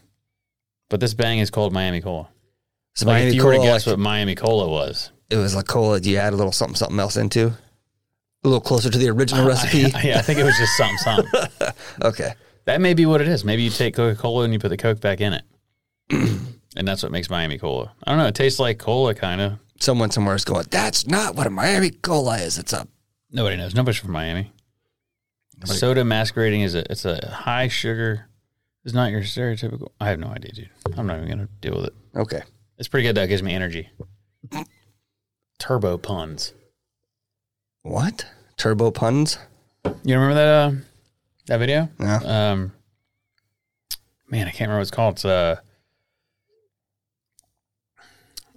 B: But this bang is called Miami Cola.
C: So
B: like
C: Miami
B: if you were
C: Cola,
B: to guess
C: like,
B: what Miami Cola was,
C: it was like cola. You add a little something, something else into, a little closer to the original [laughs] recipe.
B: yeah, [laughs] I think it was just something,
C: [laughs]
B: something.
C: Okay,
B: That may be what it is. Maybe you take Coca Cola and you put the Coke back
C: [clears throat]
B: in it, and that's what makes Miami Cola. I don't know. It tastes like cola, kind of.
C: someone somewhere is going. That's not what a Miami cola is. It's a
B: Nobody knows. Nobody's from Miami. Soda masquerading as a it's a high sugar. It's not your stereotypical. I have no idea, dude. I'm not even gonna deal with it.
C: okay.
B: It's pretty good. though. It gives me energy. Turbo puns.
C: What turbo puns?
B: You remember that uh, that video?
C: Yeah.
B: Um, man, I can't remember what it's called. It's uh,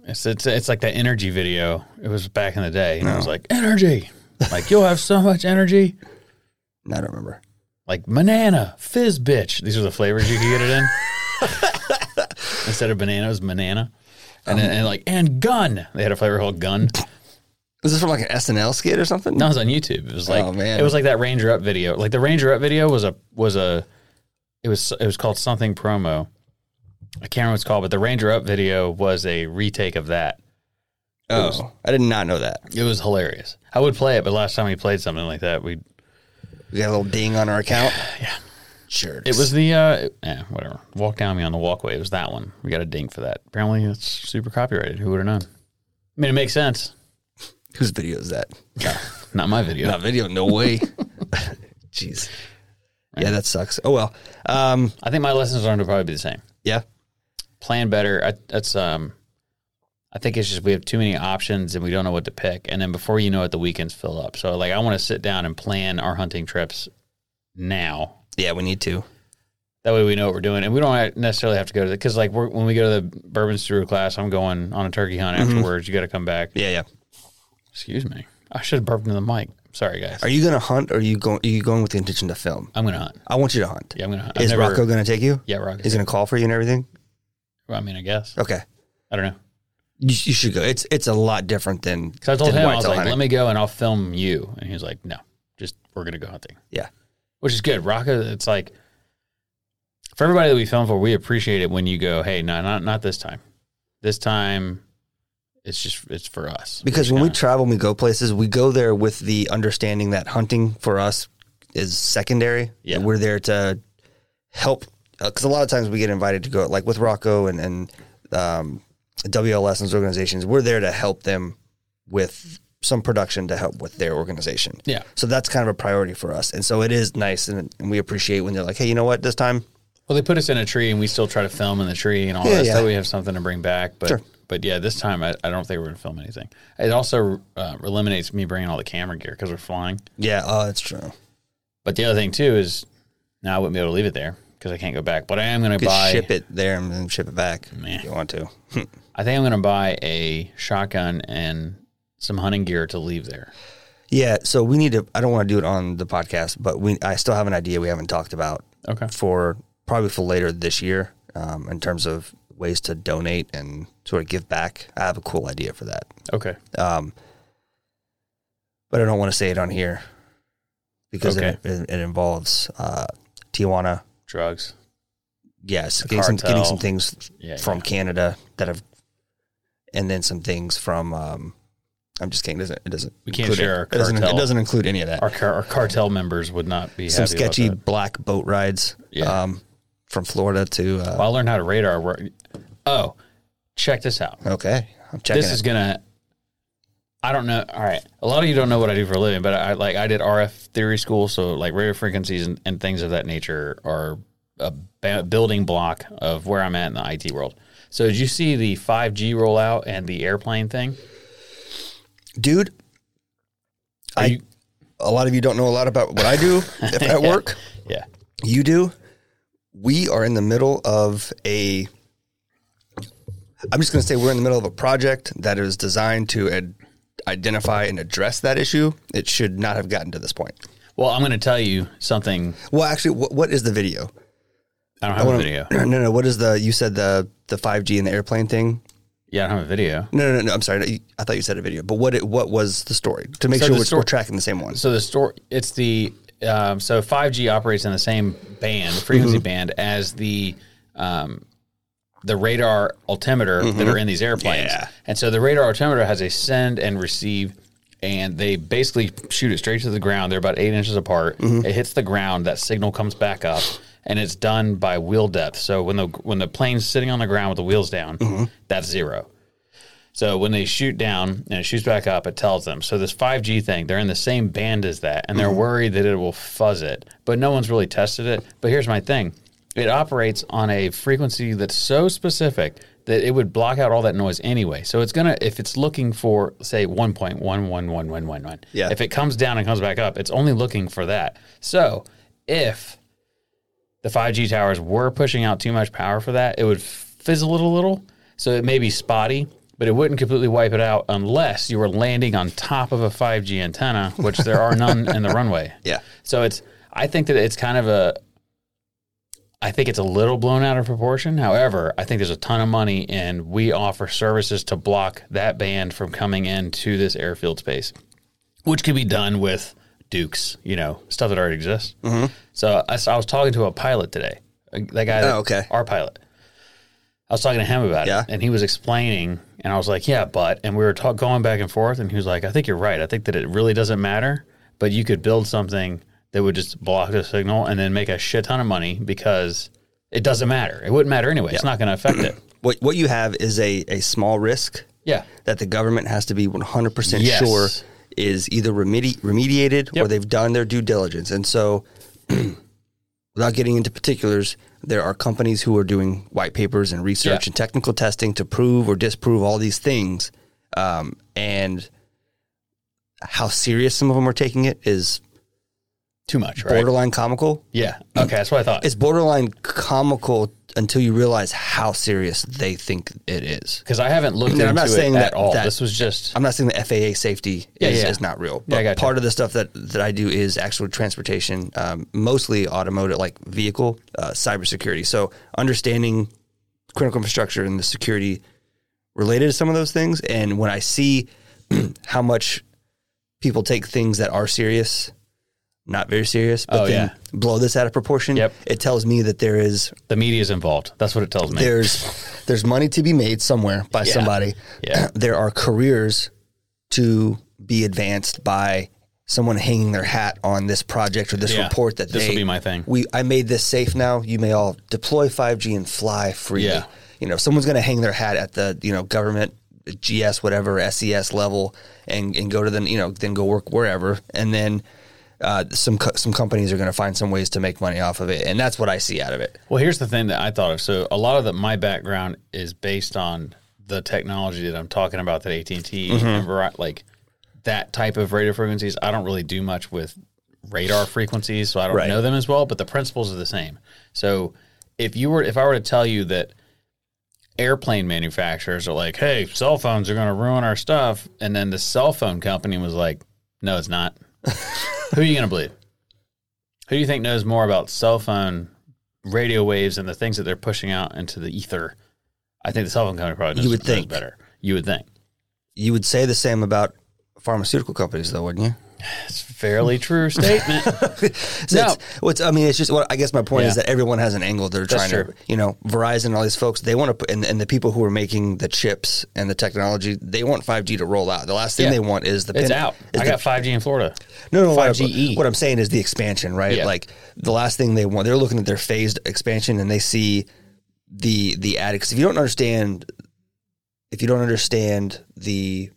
B: it's it's it's like that energy video. It was back in the day, and it was
C: No.
B: like energy. Like you'll have so much energy.
C: I don't remember.
B: like banana, fizz bitch. These are the flavors you could get it in.
C: [laughs]
B: Instead of banana, it was banana. And,
C: Um,
B: then and like, and gun. They had a flavor called gun.
C: Is this from like an SNL skit or something?
B: That was on YouTube. It was like,
C: Oh, man.
B: it was like that Ranger Up video. Like the Ranger Up video was a, was a, it was, it was called something promo. I can't remember what it's called, but the Ranger Up video was a retake of that.
C: oh, I did not know that.
B: It was hilarious. I would play it, but last time we played something like that, we,
C: We got a little ding on
B: [sighs]
C: our account. yeah, sure.
B: It was the uh, eh, whatever. Walk down me on the walkway. It was that one. We got a ding for that. Apparently, it's super copyrighted. Who would have known? I mean, it makes sense.
C: whose video is that?
B: [laughs] Not my video.
C: Not video. No way. [laughs] Jeez. Yeah, that sucks. Oh well. Um,
B: I think my lessons learned will probably be the same.
C: yeah.
B: Plan better. I, that's um, I think it's just we have too many options and we don't know what to pick. And then before you know it, the weekends fill up. So like, I want to sit down and plan our hunting trips now
C: Yeah, we need to.
B: That way we know what we're doing, and we don't ha- necessarily have to go to the because like we're, when we go to the bourbon steward class, I'm going on a turkey hunt afterwards. You got to come back.
C: Mm-hmm. Yeah, yeah.
B: Excuse me, I should have burped into the mic. Sorry guys,
C: Are you gonna hunt? or Are you going? Are you going with the intention to film?
B: I'm gonna hunt.
C: I want you to hunt.
B: Yeah, I'm gonna hunt.
C: Is
B: I've never-
C: Rocco gonna take you?
B: Yeah, Rocco.
C: He's gonna Oh. call for you and everything.
B: Well, I mean, I guess
C: Okay.
B: I don't know.
C: You, you should go. It's it's a lot different than.
B: Because I told
C: than
B: him I
C: whitetail
B: was like,
C: hunting.
B: "Let me go and I'll film you," and he was like, "No, just we're gonna go hunting,"
C: Yeah.
B: which is good. Rocco, it's like for everybody that we film for, we appreciate it when you go, "Hey, no, not not this time. This time, it's just it's for us."
C: Because when we
B: gonna-
C: travel and we go places, we go there with the understanding that hunting for us is secondary.
B: Yeah.
C: We're there to help. Because a lot of times we get invited to go, like with Rocco and, and um, WLS and those organizations, we're there to help them with some production to help with their organization.
B: Yeah.
C: So that's kind of a priority for us. And so it is nice. And, and we appreciate when they're like, hey, you know what? This time,
B: Well, they put us in a tree, and we still try to film in the tree and all
C: Yeah,
B: that.
C: yeah.
B: So we have something to bring back. But
C: Sure.
B: but yeah, this time I, I don't think we're going to film anything. It also uh, eliminates me bringing all the camera gear because we're flying.
C: yeah, oh, that's true.
B: But the other thing too is now I wouldn't be able to leave it there because I can't go back. But I am going to
C: You could
B: buy.
C: ship it there and then ship it back
B: Meh.
C: if you want to. [laughs]
B: I think I'm going to buy a shotgun and some hunting gear to leave there.
C: Yeah, so we need to. I don't want to do it on the podcast, but we. I still have an idea we haven't talked about
B: Okay.
C: for probably for later this year, um, in terms of ways to donate and sort of give back. I have a cool idea for that,
B: Okay.
C: um, but I don't want to say it on here because
B: Okay.
C: it, it, it involves uh, Tijuana.
B: Drugs.
C: Yes,
B: The
C: getting some, getting
B: cartel.
C: some things
B: Yeah,
C: from
B: yeah.
C: Canada that have, and then some things from. Um, I'm just kidding. It doesn't it doesn't
B: We can't
C: include it.
B: share our
C: it doesn't, it
B: cartel.
C: doesn't include any of that.
B: Our, car- our cartel members would not be
C: some
B: happy about
C: sketchy
B: that.
C: black boat rides
B: Yeah.
C: um, from Florida to. Uh,
B: Well, I learned how to radar work. Oh, check this out.
C: okay, I'm checking.
B: this
C: it.
B: is gonna i don't know all right a lot of you don't know what i do for a living but i like i did rf theory school so like radio frequencies and, and things of that nature are a ba- building block of where i'm at in the it world so did you see the 5g rollout and the airplane thing
C: dude. I
B: you-
C: a lot of you don't know a lot about what
B: [laughs]
C: I do at work.
B: yeah
C: You do. We are in the middle of a. I'm just going to say we're in the middle of a project that is designed to ad- identify and address that issue. It should not have gotten to this point.
B: well i'm gonna tell you something
C: Well, actually, what, what is the video?
B: i don't have a
C: wanna-
B: video
C: [clears throat] No, no. What is the? You said the the 5G and the airplane thing.
B: yeah i don't have a video
C: No, no, no. I'm sorry. No, you- I thought you said a video, but what it, what was the story to make
B: So
C: sure
B: the
C: we're,
B: story-
C: we're tracking the same one?
B: so the store it's the um, so 5g operates in the same band frequency band as the um, the radar altimeter that are in these airplanes.
C: Yeah.
B: And so the radar altimeter has a send and receive, and they basically shoot it straight to the ground. They're about eight inches apart. It hits the ground. That signal comes back up, and it's done by wheel depth. So when the when the plane's sitting on the ground with the wheels down, that's zero. So when they shoot down and it shoots back up, it tells them. So this 5G thing, they're in the same band as that, and they're worried that it will fuzz it. But no one's really tested it. But here's my thing: it operates on a frequency that's so specific that it would block out all that noise anyway. So it's gonna, if it's looking for say 1.111111,
C: Yeah.
B: If it comes down and comes back up, it's only looking for that. So if the 5G towers were pushing out too much power for that, it would fizzle it a little. So it may be spotty, but it wouldn't completely wipe it out unless you were landing on top of a 5G antenna, which there are none in the runway.
C: Yeah.
B: So it's, I think that it's kind of a, I think it's a little blown out of proportion. However, I think there's a ton of money, and we offer services to block that band from coming into this airfield space which could be done with Dukes, you know, stuff that already exists.
C: Mm-hmm.
B: So I, s- I was talking to a pilot today, uh, that guy, that-
C: Oh, okay.
B: our pilot. I was talking to him about
C: Yeah.
B: it, and he was explaining, and I was like, "Yeah, but," and we were talk, going back and forth, and he was like, "I think you're right. I think that it really doesn't matter, but you could build something that would just block the signal and then make a shit ton of money because it doesn't matter. It wouldn't matter anyway. It's not going to affect
C: [clears throat]
B: it.
C: What what you have is a, a small risk
B: Yeah,
C: that the government has to be 100%
B: Yes.
C: sure is either remedi- remediated or
B: Yep.
C: they've done their due diligence. And so, [clears throat] without getting into particulars, there are companies who are doing white papers and research
B: Yeah.
C: and technical testing to prove or disprove all these things. Um, and how serious some of them are taking it is
B: too much, right?
C: borderline comical.
B: Yeah. Okay, that's what I thought.
C: It's borderline comical until you realize how serious they think it is.
B: Because I haven't looked
C: No,
B: into
C: I'm not
B: it
C: saying
B: at
C: that-
B: all.
C: that-
B: this was just
C: I'm not saying the FAA safety
B: Yeah,
C: is,
B: yeah.
C: is not real,
B: Yeah, I
C: but
B: gotcha.
C: part of the stuff that, that I do is actual transportation, um, mostly automotive, like vehicle, uh, cybersecurity. So understanding critical infrastructure and the security related to some of those things. And when I see [clears throat] how much people take things that are serious, not very serious, but
B: Oh,
C: then
B: yeah.
C: blow this out of proportion,
B: Yep.
C: it tells me that there is
B: the media is involved. That's what it tells me.
C: there's there's money to be made somewhere by
B: Yeah.
C: somebody.
B: Yeah.
C: [clears throat] there are careers to be advanced by someone hanging their hat on this project or this
B: Yeah.
C: report that
B: This will
C: they-
B: be my thing.
C: We I made this safe now. You may all deploy 5G and fly freely.
B: Yeah.
C: You know, someone's going to hang their hat at the you know government GS whatever SES level and and go to then you know then go work wherever and then. Uh, some co- some companies are going to find some ways to make money off of it, and that's what I see out of it.
B: Well, here's the thing that I thought of. So a lot of the, my background is based on the technology that I'm talking about that AT and T and Veri- like that type of radio frequencies. I don't really do much with radar frequencies, so I don't
C: Right.
B: know them as well. But the principles are the same. So if you were, if I were to tell you that airplane manufacturers are like, "Hey, cell phones are going to ruin our stuff," and then the cell phone company was like, "No, it's not." [laughs] Who are you going to believe? Who do you think knows more about cell phone radio waves and the things that they're pushing out into the ether? I think the cell phone company probably knows,
C: You would
B: knows
C: think.
B: better. You would think.
C: you would say the same about pharmaceutical companies, though, wouldn't you?
B: That's a fairly true statement.
C: So
B: No.
C: it's, well, it's- I mean, it's just what I guess my point is
B: Yeah.
C: that everyone has an angle they're
B: That's
C: trying to,
B: true.
C: you know, Verizon and all these folks, they want to put, and, and the people who are making the chips and the technology, they want 5G to roll out. The last thing
B: Yeah.
C: they want is the
B: it's
C: pin-
B: out.
C: is
B: I
C: the-
B: got 5G in Florida.
C: no, no, what,
B: 5GE.
C: what I'm saying is the expansion, right?
B: E. Yeah.
C: Like the last thing they want, they're looking at their phased expansion and they see the the ad. Because if you don't understand, if you don't understand the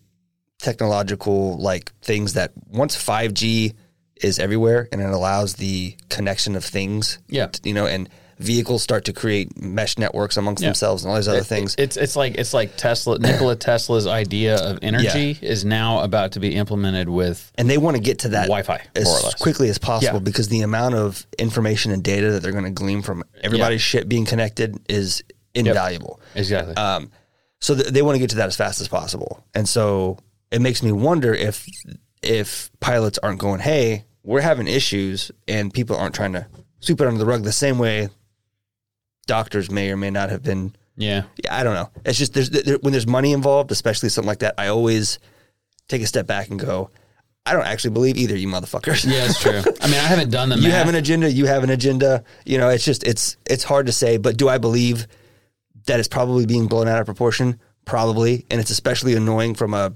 C: technological like things that once 5G is everywhere and it allows the connection of things,
B: Yeah.
C: you know, and vehicles start to create mesh networks amongst
B: Yeah.
C: themselves and all these other things.
B: It's it's like it's like Tesla Nikola Tesla's idea of energy is now about to be implemented with
C: and they want to get to that
B: Wi-Fi,
C: as
B: more or less.
C: quickly as possible
B: Yeah.
C: because the amount of information and data that they're going to glean from everybody's shit being connected is invaluable.
B: exactly.
C: Um, so th- they want to get to that as fast as possible, and so it makes me wonder if if pilots aren't going, hey, we're having issues, and people aren't trying to sweep it under the rug the same way doctors may or may not have been
B: yeah.
C: yeah, I don't know. It's just there's there, when there's money involved, especially something like that. I always take a step back and go, I don't actually believe either you motherfuckers.
B: Yeah, it's true. I mean, I haven't done the
C: [laughs] you
B: math.
C: have an agenda. You have an agenda. You know, it's just it's it's hard to say. But do I believe that is probably being blown out of proportion, probably. And it's especially annoying from a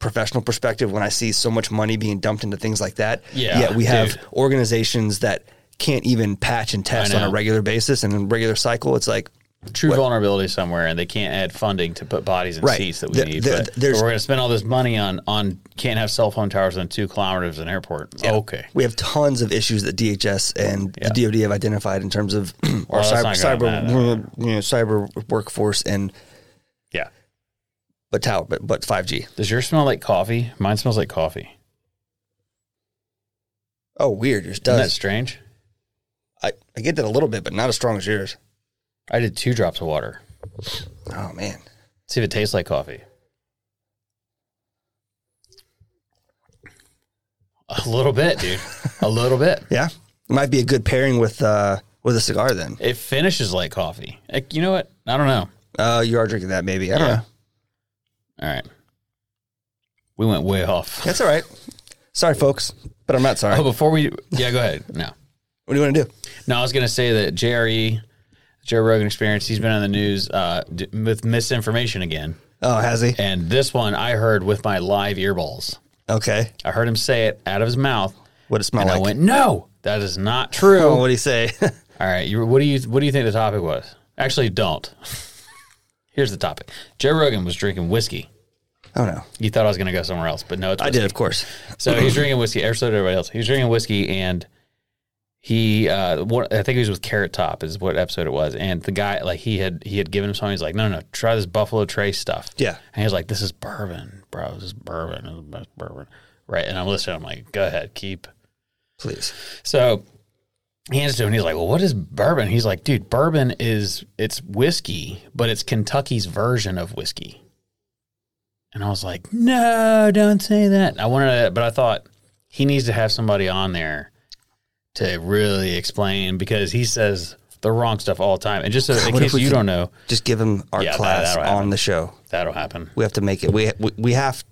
C: professional perspective when I see so much money being dumped into things like that.
B: Yeah,
C: Yet we have
B: dude.
C: organizations that can't even patch and test on a
B: know.
C: regular basis and in regular cycle. It's like,
B: True vulnerability somewhere, and they can't add funding to put bodies in
C: Right.
B: seats that we
C: The-
B: need.
C: the-
B: but,
C: there's-
B: but we're going to spend all this money on on can't have cell phone towers within two kilometers of an airport. Okay,
C: we have tons of issues that DHS and
B: Yeah.
C: the DoD have identified in terms of [clears throat] our
B: Well,
C: cyber
B: that's not gonna
C: cyber, you know, cyber workforce and
B: yeah.
C: but tower but but five G.
B: Does yours smell like coffee? Mine smells like coffee.
C: Oh, weird. Yours
B: Isn't that
C: does.
B: strange?
C: I, I get that a little bit, but not as strong as yours.
B: I did two drops of water.
C: Oh man,
B: See if it tastes like coffee. A little bit, dude. a little bit.
C: yeah, it might be a good pairing with uh with a cigar then.
B: It finishes like coffee. Like, you know what? I don't know.
C: Uh, you are drinking that maybe. I don't
B: Yeah.
C: know.
B: All right. We went way off. [laughs]
C: That's all right. Sorry, folks, but I'm not sorry.
B: Oh, before we, yeah, go ahead. No,
C: What do you want to do?
B: no, I was gonna say that JRE, Joe Rogan Experience, he's been on the news uh, d- with misinformation again,
C: Oh, has he?
B: and this one I heard with my live earballs.
C: Okay.
B: I heheard him say it out of his mouth,
C: What it smell
B: and
C: like?
B: I went, "No, that is not true."
C: [laughs] Oh, what do you say? [laughs]
B: All right, you, what do you what do you think the topic was? Actually, don't. [laughs] Here's the topic: Joe Rogan was drinking whiskey.
C: oh no,
B: You thought I was gonna go somewhere else, but no, it's
C: I
B: whiskey.
C: did, of course.
B: So
C: [laughs]
B: he's drinking whiskey. Or so did everybody else. He was drinking whiskey, and he, uh, what, I think he was with Carrot Top is what episode it was. And the guy, like, he had he had given him something. He's like, no, no, no, try this Buffalo Trace stuff.
C: Yeah.
B: And he was like, this is bourbon, bro. This is bourbon. This is the best bourbon. Right. And I'm listening. I'm like, go ahead, keep.
C: Please.
B: So he hands it to him. and He's like, well, what is bourbon? He's like, dude, bourbon is it's whiskey, but it's Kentucky's version of whiskey. And I was like, no, don't say that. I wanted to, but I thought he needs to have somebody on there to really explain because he says the wrong stuff all the time. And just so, in
C: What if
B: case
C: we
B: you
C: could-
B: don't know,
C: Just give him our
B: Yeah, that-
C: class
B: that'll
C: on
B: happen.
C: the show.
B: that'll happen.
C: We have to make it. We we, we have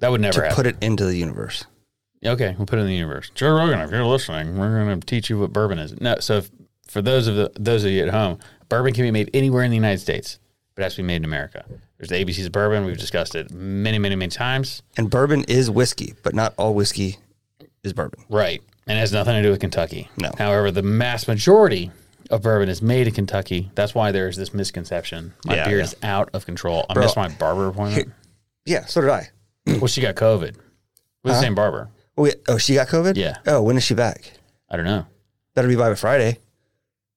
B: That would never
C: to
B: happen.
C: put it into the universe.
B: Okay, we'll put it in the universe. Joe Rogan, if you're listening, we're going to teach you what bourbon is. No, so if, for those of the, those of you at home, bourbon can be made anywhere in the United States, but it has to be made in America. There's the ABC's of bourbon. We've discussed it many, many, many times.
C: And bourbon is whiskey, but not all whiskey is bourbon.
B: Right, and it has nothing to do with Kentucky.
C: No.
B: However, the mass majority of bourbon is made in Kentucky. That's why there's this misconception. My
C: Yeah,
B: beard
C: yeah.
B: is out of control. I
C: Bro.
B: missed my barber
C: [laughs]
B: appointment.
C: Yeah, so did I.
B: well, she got COVID with the
C: Huh?
B: same barber.
C: Oh, yeah. oh, she got COVID.
B: Yeah.
C: Oh, when is she back?
B: I don't know.
C: Better be by Friday.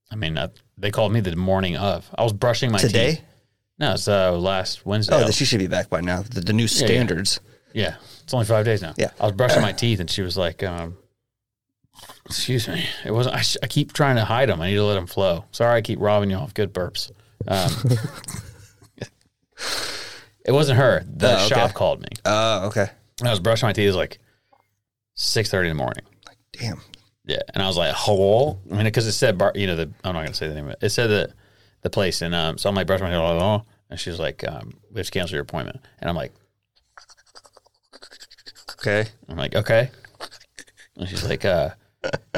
B: I mean, uh they called me the morning of. I was brushing my
C: Today?
B: teeth. No, so last Wednesday.
C: Oh,
B: I
C: then
B: was-
C: she should be back by now. The, the new
B: yeah.
C: standards.
B: yeah, it's only five days now.
C: Yeah.
B: I was brushing my teeth, and she was like, um, "Excuse me, it wasn't." I, sh- I keep trying to hide them. I need to let them flow. Sorry, I keep robbing you off good burps. Um, it wasn't her. The
C: Oh, okay.
B: shop called me.
C: Oh, okay.
B: I was brushing my teeth. It was like six thirty in the morning.
C: Damn.
B: Yeah, and I was like, "Hello," I mean, because it said, bar, you know, the I'm not gonna say the name of it. It said the the place, and um, so I'm like brushing my hair, like, oh, and she's like, um, "We have to cancel your appointment," and I'm like,
C: Okay.
B: "I'm like, okay," and she's like, uh,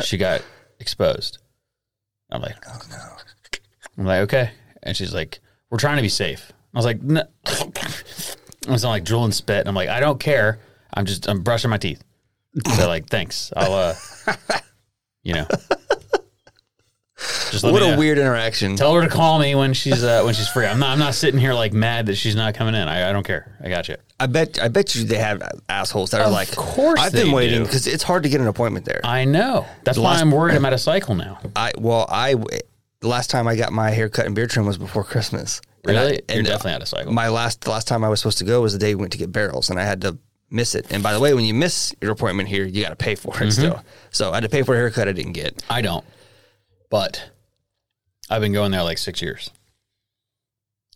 B: "She got exposed." I'm like,
C: Oh no.
B: "I'm like, okay," and she's like, "We're trying to be safe." I was like, "No," I was like drooling spit, and I'm like, "I don't care. I'm just I'm brushing my teeth." They're like, "Thanks, I'll uh, you know." Just let
C: What
B: me
C: a
B: know.
C: weird interaction.
B: Tell her to call me when she's uh, when she's free. I'm not I'm not sitting here like mad that she's not coming in. I, I don't care. I got you.
C: I bet. I bet you they have assholes that are
B: Of
C: like.
B: course
C: I've been
B: they
C: waiting
B: do.
C: because it's hard to get an appointment there.
B: I know. That's why
C: last-
B: I'm worried I'm at a cycle now.
C: I well, I the last time I got my haircut and beard trim was before Christmas. And I-
B: Really?
C: and,
B: You're
C: uh,
B: definitely out of cycle.
C: my last the last time I was supposed to go was the day we went to get barrels, and I had to miss it. And by the way, when you miss your appointment here, you got to pay for
B: Mm-hmm.
C: it still. So I had to pay for a haircut I didn't get.
B: I don't. But I've been going there like six years.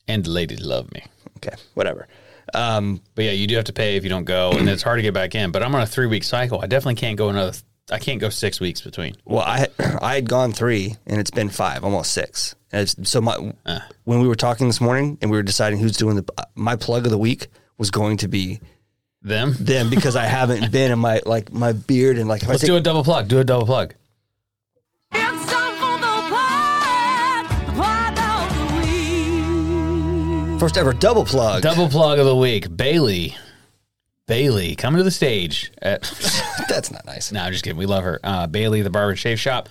B: And the ladies love me.
C: Okay, whatever. Um,
B: But yeah, you do have to pay if you don't go, and it's hard to get back in. But I'm on a three week cycle. I definitely can't go another I can't go six weeks between.
C: well, I [clears throat] had, I had gone three, and it's been five, almost six. And it's, so my
B: Uh.
C: when we were talking this morning, and we were deciding who's doing the my plug of the week was going to be
B: Them?
C: them because I
B: [laughs]
C: haven't been in my like my beard and like if I
B: Let's
C: take-
B: do a double plug. Do a double plug.
D: It's time for the pod, the pod of the week.
C: First ever double plug.
B: Double plug of the week, Bailey. Bailey, coming to the stage. At,
C: [laughs]
B: [laughs]
C: That's not nice.
B: no, I'm just kidding. We love her. Uh, Bailey, the barber and shave shop,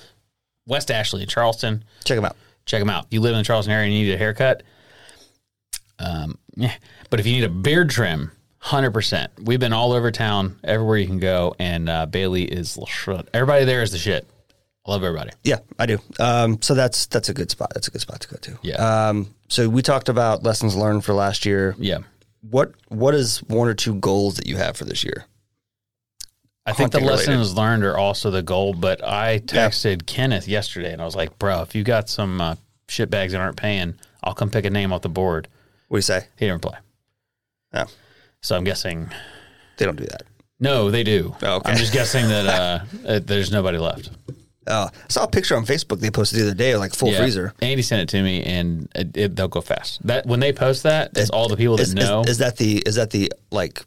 B: West Ashley, Charleston.
C: Check them out.
B: Check them out. If you live in the Charleston area and you need a haircut, um, yeah. but if you need a beard trim, 100%. We've been all over town, everywhere you can go, and uh, Bailey is the shit. Everybody there is the shit. I love everybody.
C: Yeah, I do. Um, so that's that's a good spot. That's a good spot to go to.
B: Yeah.
C: Um, so we talked about lessons learned for last year.
B: Yeah.
C: What what is one or two goals that you have for this year?
B: I think the
C: Hunting related.
B: lessons learned are also the goal, but I texted Kenneth yesterday and I was like, bro, if you got some uh, shit bags that aren't paying, I'll come pick a name off the board.
C: What do you say?
B: He didn't reply.
C: No,
B: So I'm guessing,
C: they don't do that.
B: no, they do.
C: Oh, okay.
B: I'm just guessing that uh, [laughs] uh, there's nobody left.
C: Uh, I saw a picture on Facebook they posted the other day, like full
B: Yeah.
C: freezer.
B: Andy sent it to me and it, it, they'll go fast. That When they post that, it's all the people that
C: Is, is-
B: know.
C: is that the is that the like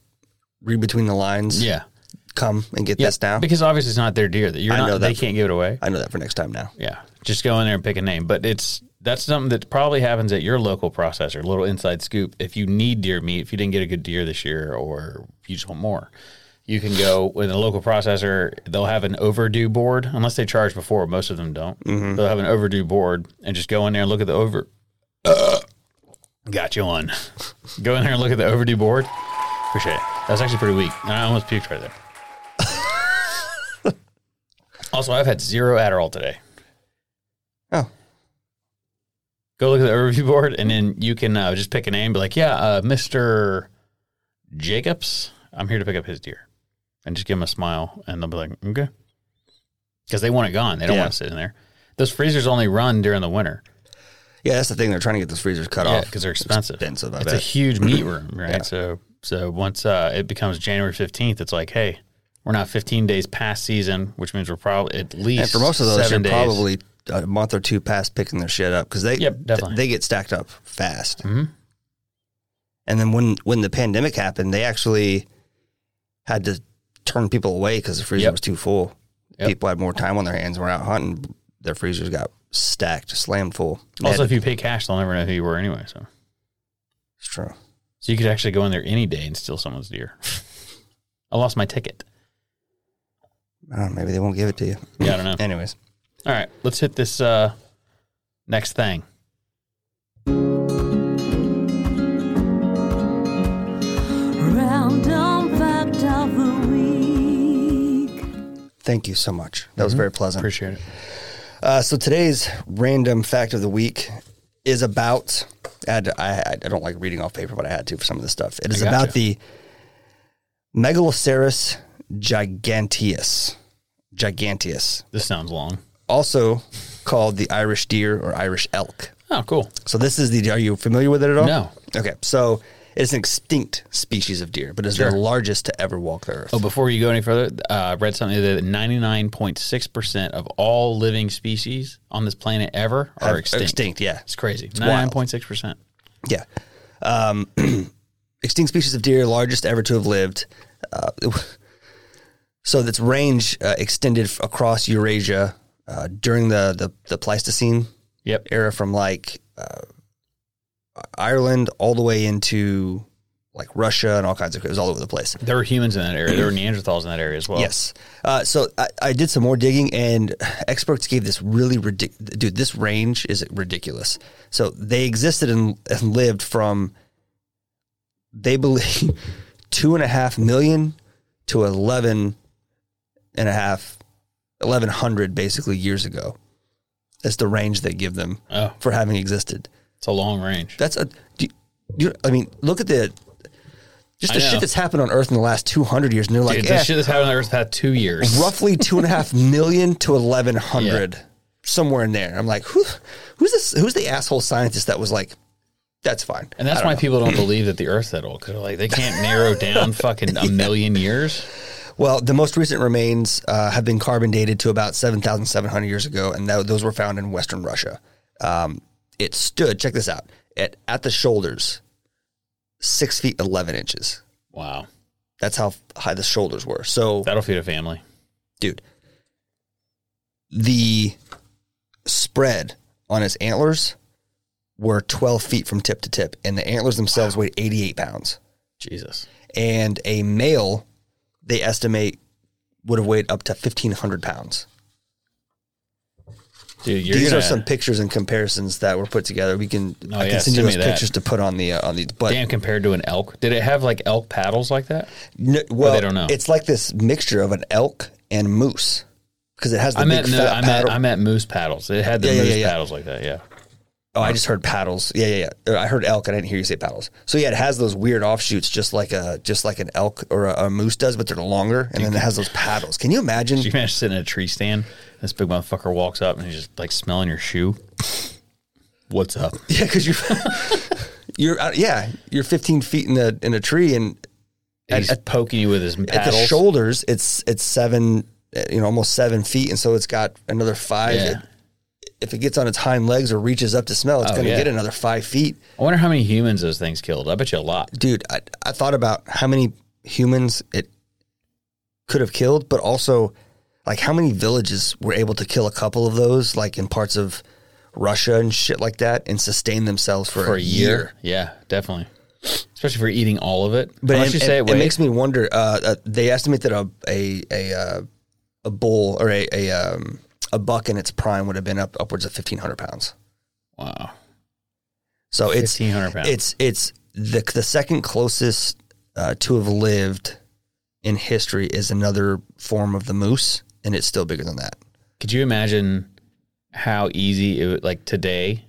C: read between the lines?
B: yeah.
C: come and get
B: Yeah.
C: this down.
B: Because obviously it's not their deer. That you're
C: I
B: not,
C: know
B: they
C: that.
B: can't give it away.
C: I know that for next time now.
B: Yeah, just go in there and pick a name. But it's that's something that probably happens at your local processor. Little inside scoop. If you need deer meat, if you didn't get a good deer this year, or you just want more, you can go with a local processor. They'll have an overdue board, unless they charge before. Most of them don't. They'll have an overdue board, and just go in there and look at the over. got you on. go in there and look at the overdue board. Appreciate it. That's actually pretty weak. I almost puked right there. also, I've had zero Adderall today
C: Oh,
B: go look at the overview [laughs] board and then you can uh, just pick a name be like yeah uh, mr jacobs i'm here to pick up his deer and just give him a smile and they'll be like okay because they want it gone they don't
C: Yeah.
B: want to sit in there those freezers only run during the winter
C: yeah, that's the thing. They're trying to get those freezers cut
B: yeah,
C: off
B: because they're expensive.
C: Expensive, I
B: it's a
C: bet.
B: huge meat
C: [clears throat]
B: room, right? So, so once uh, it becomes January fifteenth, it's like, hey, we're not fifteen days past season, which means we're probably at least
C: and for most of those, you're
B: 7 days.
C: probably a month or two past picking their shit up because they
B: Yep, definitely.
C: they get stacked up fast.
B: Mhm.
C: And then when when the pandemic happened, they actually had to turn people away because the freezer
B: Yep.
C: was too full.
B: Yep.
C: People had more time on their hands, were out hunting. Their freezers got stacked, slammed full. They
B: Also,
C: had-
B: if you pay cash, they'll never know who you were anyway. So,
C: it's true.
B: So you could actually go in there any day and steal someone's deer. I lost my ticket.
C: I don't know, maybe they won't give it to you.
B: Yeah, I don't know.
C: [laughs] Anyways,
B: All right, let's hit this uh, next thing.
D: Random fact of the week.
C: thank you so much. That
B: Mm-hmm.
C: was very pleasant.
B: Appreciate it.
C: Uh, so today's random fact of the week is about. I, had to- I, I don't like reading off paper, but I had to for some of this stuff. It is
B: gotcha.
C: about the Megaloceros giganteus, giganteus,
B: This sounds long.
C: also called the Irish deer or Irish elk.
B: Oh, cool.
C: So this is the. Are you familiar with it at all?
B: No.
C: Okay, so it's an extinct species of deer, but it's the
B: Sure.
C: largest to ever walk the earth.
B: Oh, before you go any further, uh, I read something that 99.6% of all living species on this planet ever are
C: Have-
B: extinct.
C: Extinct, yeah.
B: It's crazy.
C: wild.
B: 99.6%.
C: Yeah. Um, [clears throat] extinct species of deer, largest ever to have lived. Uh, [laughs] so its range uh, extended f- across Eurasia uh, during the, the, the Pleistocene
B: Yep.
C: era from like uh, Ireland all the way into like Russia and all kinds of, it was all over the place.
B: There were humans in that area. There were Neanderthals in that area as well.
C: Yes. Uh, so I, I did some more digging, and experts gave this really ridiculous. Dude, this range is ridiculous. So they existed and, and lived from, they believe, [laughs] two and a half million to 11 and a half, 1100 basically years ago. That's the range they give them
B: Oh,
C: for having existed.
B: it's a long range.
C: That's a. Do you, do you- I mean, look at the. Just
B: I
C: the
B: know.
C: shit that's happened on Earth in the last 200 years, and they're like,
B: Dude,
C: "Eh,
B: this shit that's happened on Earth had two years.
C: roughly two and a half million to eleven hundred, somewhere in there. I'm like, who, who's this? Who's the asshole scientist that was like, that's fine.
B: And that's why people don't believe that the Earth's that old because they're like they can't narrow down
C: [laughs]
B: fucking a million years.
C: Well, the most recent remains uh, have been carbon dated to about seven thousand seven hundred years ago, and tho- those were found in Western Russia. Um, it stood. Check this out. At at the shoulders, six feet eleven inches.
B: Wow,
C: That's how high the shoulders were. So
B: that'll feed a family.
C: dude, the spread on his antlers were 12 feet from tip to tip, and the antlers themselves weighed 88 pounds.
B: Jesus.
C: And a male, they estimate, would have weighed up to 1,500 pounds.
B: Dude, you're
C: These
B: gonna,
C: are some pictures and comparisons that were put together. We can
B: Oh,
C: I
B: yeah,
C: can send you
B: send me
C: those
B: that.
C: pictures to put on the uh, on the but
B: damn compared to an elk. Did it have like elk paddles like that?
C: No, well,
B: they don't know.
C: It's like this mixture of an elk and moose because it has the
B: I
C: big
B: meant no,
C: fat
B: I meant
C: paddle.
B: I meant moose paddles. It had the
C: Yeah, yeah,
B: moose
C: yeah, yeah.
B: paddles like that. Yeah.
C: oh, I just heard paddles. Yeah, yeah, yeah. I heard elk. I didn't hear you say paddles. So yeah, it has those weird offshoots, just like a just like an elk or a, a moose does, but they're longer, and then it has those paddles. Can you imagine? [laughs]
B: Did you imagine sitting in a tree stand? This big motherfucker walks up and he's just like smelling your shoe. What's up?
C: [laughs] Yeah, because you're you're out, yeah you're 15 feet in the in a tree, and
B: [laughs] He's
C: at-
B: poking you with his
C: at the
B: paddles.
C: shoulders it's it's seven, uh, you know, almost seven feet, and so it's got another five.
B: Yeah.
C: that- if it gets on its hind legs or reaches up to smell, it's
B: Oh,
C: going to
B: yeah.
C: get another five feet.
B: I wonder how many humans those things killed. I bet you a lot.
C: dude, I, I thought about how many humans it could have killed, but also like how many villages were able to kill a couple of those, like in parts of Russia and shit like that, and sustain themselves for,
B: for a year. Yeah, definitely. Especially for eating all of it.
C: But
B: Unless
C: it,
B: you say it,
C: it, it
B: weighed-
C: makes me wonder. Uh, uh, they estimate that a a a, uh, a bull or a a, um, a buck in its prime would have been up upwards of fifteen hundred pounds.
B: wow,
C: So it's
B: fifteen hundred pounds.
C: It's it's the the second closest uh, to have lived in history is another form of the moose, and it's still bigger than that.
B: Could you imagine how easy it would like today?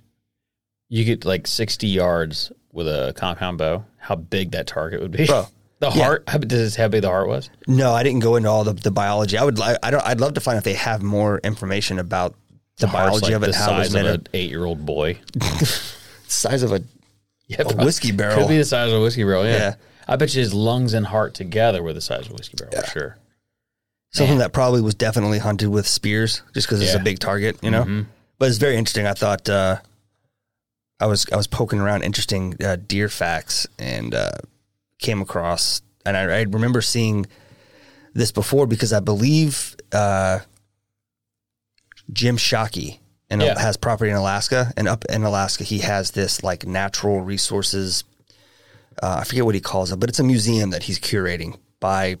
B: You get like sixty yards with a compound bow. How big that target would be?
C: Bro,
B: [laughs] the
C: yeah.
B: heart. How, does this how big the heart was?
C: No, I didn't go into all the, the biology. I would li- I don't I'd love to find if they have more information about the,
B: Heart's
C: biology
B: like
C: of it,
B: the
C: how it was
B: size of
C: made.
B: an eight-year-old boy. [laughs]
C: up. size of a
B: Yeah,
C: A whiskey barrel.
B: could be the size of a whiskey barrel. Yeah.
C: Yeah.
B: I bet you his lungs and heart together were the size of a whiskey barrel for sure.
C: something that probably was definitely hunted with spears, just because it's
B: Yeah. Mm-hmm.
C: a big target, you know. But it's very interesting. I thought uh, I was I was poking around interesting uh, deer facts and uh, came across, and I, I remember seeing this before because I believe uh, Jim Shockey and
B: Yeah.
C: has property in Alaska, and up in Alaska he has this like natural resources. Uh, I forget what he calls it, but it's a museum that he's curating by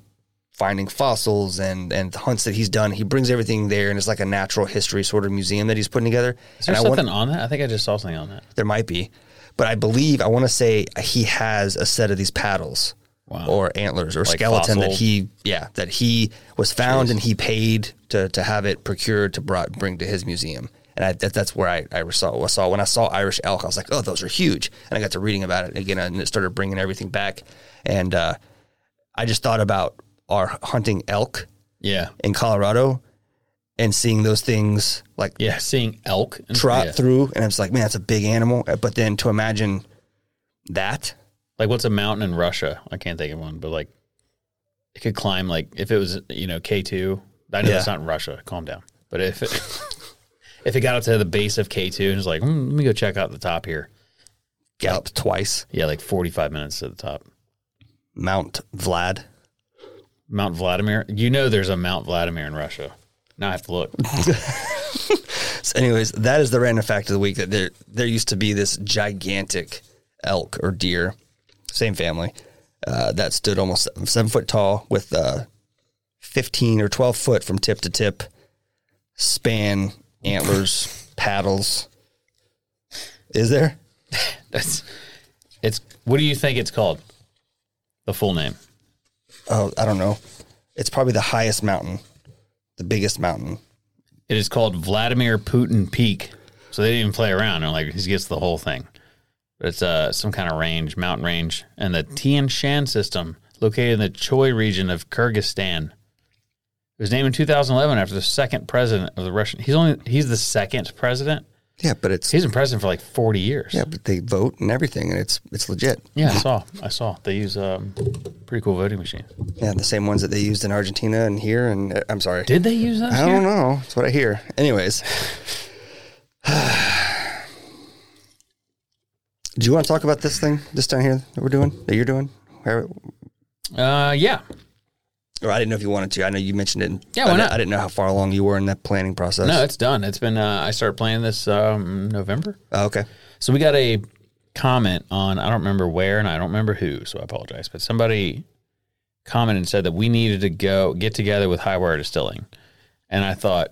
C: finding fossils and and the hunts that he's done. He brings everything there, and it's like a natural history sort of museum that he's putting together.
B: Is there
C: and I want-
B: something on that? I think I just saw something on that.
C: there might be, but I believe I want to say he has a set of these paddles
B: Wow.
C: or antlers or
B: Like
C: skeleton that
B: fossil?
C: he yeah that he was found and he paid to to have it procured to brought, bring to his museum. And I, that, that's where I, I saw I saw when I saw Irish elk, I was like, oh, those are huge. And I got to reading about it again, and it started bringing everything back. And uh, I just thought about our hunting elk
B: Yeah.
C: in Colorado and seeing those things like
B: Yeah, seeing elk and
C: trot
B: yeah.
C: through, and I was like, man, that's a big animal. But then to imagine that,
B: Like, what's a mountain in Russia? I can't think of one, but like, it could climb like if it was you know K two. I know
C: Yeah.
B: that's not in Russia. Calm down. But if it, [laughs] if it got up to the base of K two and was like, "Hmm, let me go check out the top here.
C: gallop twice,
B: Yeah, like forty five minutes to the top.
C: Mount Vlad.
B: Mount Vladimir. You know, there's a Mount Vladimir in Russia. Now I have to look. [laughs]
C: So anyways, that is the random fact of the week. That there there used to be this gigantic elk or deer, same family, uh, that stood almost seven, seven foot tall with uh, fifteen or twelve foot from tip to tip span, antlers, paddles. Is there?
B: That's it's. What do you think it's called? The full name.
C: Oh, I don't know. It's probably the highest mountain, the biggest mountain.
B: It is called Vladimir Putin Peak. So they didn't even play around. They're like, he gets the whole thing. It's uh, some kind of range, mountain range. And the Tian Shan system, located in the Choi region of Kyrgyzstan. It was named in 2011 after the second president of the Russian. He's only he's the second president.
C: Yeah, but it's
B: He's been president for like 40 years.
C: yeah, but they vote and everything, and it's it's legit.
B: Yeah, I saw. I saw. They use um, pretty cool voting machines.
C: Yeah, the same ones that they used in Argentina and here, and uh, I'm sorry,
B: Did they use those?
C: I
B: here?
C: don't know. That's what I hear. Anyways, [sighs] do you want to talk about this thing, this down here that we're doing, that you're doing? Or,
B: Uh, yeah.
C: or Oh, I didn't know if you wanted to. I know you mentioned it.
B: Yeah,
C: I
B: why
C: di-
B: not?
C: I didn't know how far along you were in that planning process.
B: No, it's done. It's been. Uh, I started playing this um, November.
C: Oh, okay.
B: So we got a comment on I don't remember where and I don't remember who, so I apologize, but somebody commented and said that we needed to go get together with High Wire Distilling, and I thought.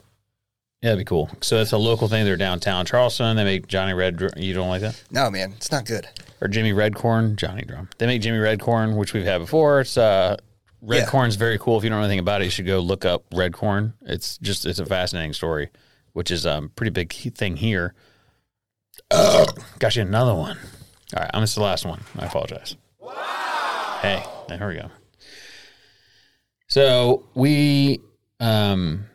B: Yeah, that'd be cool. So that's a local thing. They're downtown Charleston. They make Johnny Red. Dr- You don't like that?
C: No, man, it's not good.
B: or Jimmy Redcorn, Johnny Drum. They make Jimmy Redcorn, which we've had before. It's uh,
C: Yeah.
B: Redcorn's very cool. If you don't know anything about it, you should go look up Redcorn. It's just it's a fascinating story, which is a pretty big key thing here. [coughs] Got you another one. All right, I missed the last one. I apologize. Hey, there we go. So we, um,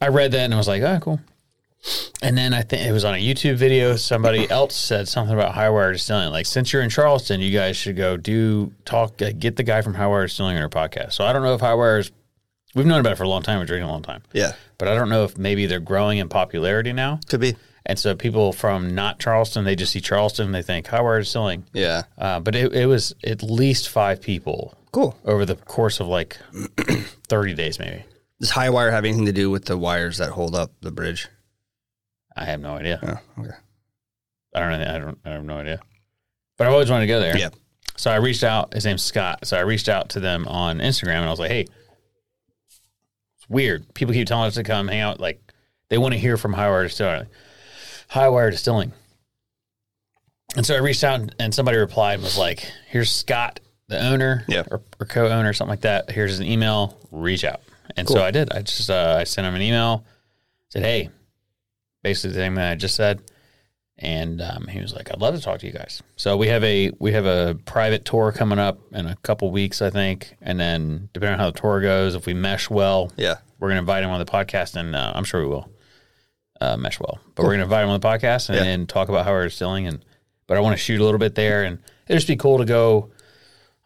B: I read that and I was like, oh, cool. And then I think it was on a YouTube video. Somebody else said something about high wire distilling. Like, since you're in Charleston, you guys should go do talk, uh, get the guy from high wire distilling on our podcast. So I don't know if high wire is, we've known about it for a long time. We're drinking a long time,
C: Yeah,
B: but I don't know if maybe they're growing in popularity now.
C: could be.
B: And so people from not Charleston, they just see Charleston, they think high wire distilling.
C: Yeah,
B: Uh, but it, it was at least five people
C: cool.
B: over the course of like [clears throat] 30 days, maybe.
C: Does high wire have anything to do with the wires that hold up the bridge?
B: I have no idea.
C: Oh, okay.
B: I don't know. I don't, I have no idea. But I've always wanted to go there.
C: Yeah.
B: So I reached out. His name's Scott. So I reached out to them on Instagram and I was like, hey, it's weird. People keep telling us to come hang out. Like, they want to hear from High Wire Distilling. High Wire Distilling. And so I reached out and- and somebody replied and was like, here's Scott, the owner
C: Yeah.
B: or, or co owner, something like that. Here's an email. Reach out. And so I did. I just, uh, I sent him an email, said, hey, basically the thing that I just said and um, he was like, "I'd love to talk to you guys." So we have a we have a private tour coming up in a couple weeks, I think, and then depending on how the tour goes, if we mesh well,
C: Yeah.
B: we're gonna invite him on the podcast, and uh, I'm sure we will uh, mesh well. But we're gonna invite him on the podcast and,
C: Yeah.
B: and talk about how we're distilling, and but I want to shoot a little bit there, and it'd just be cool to go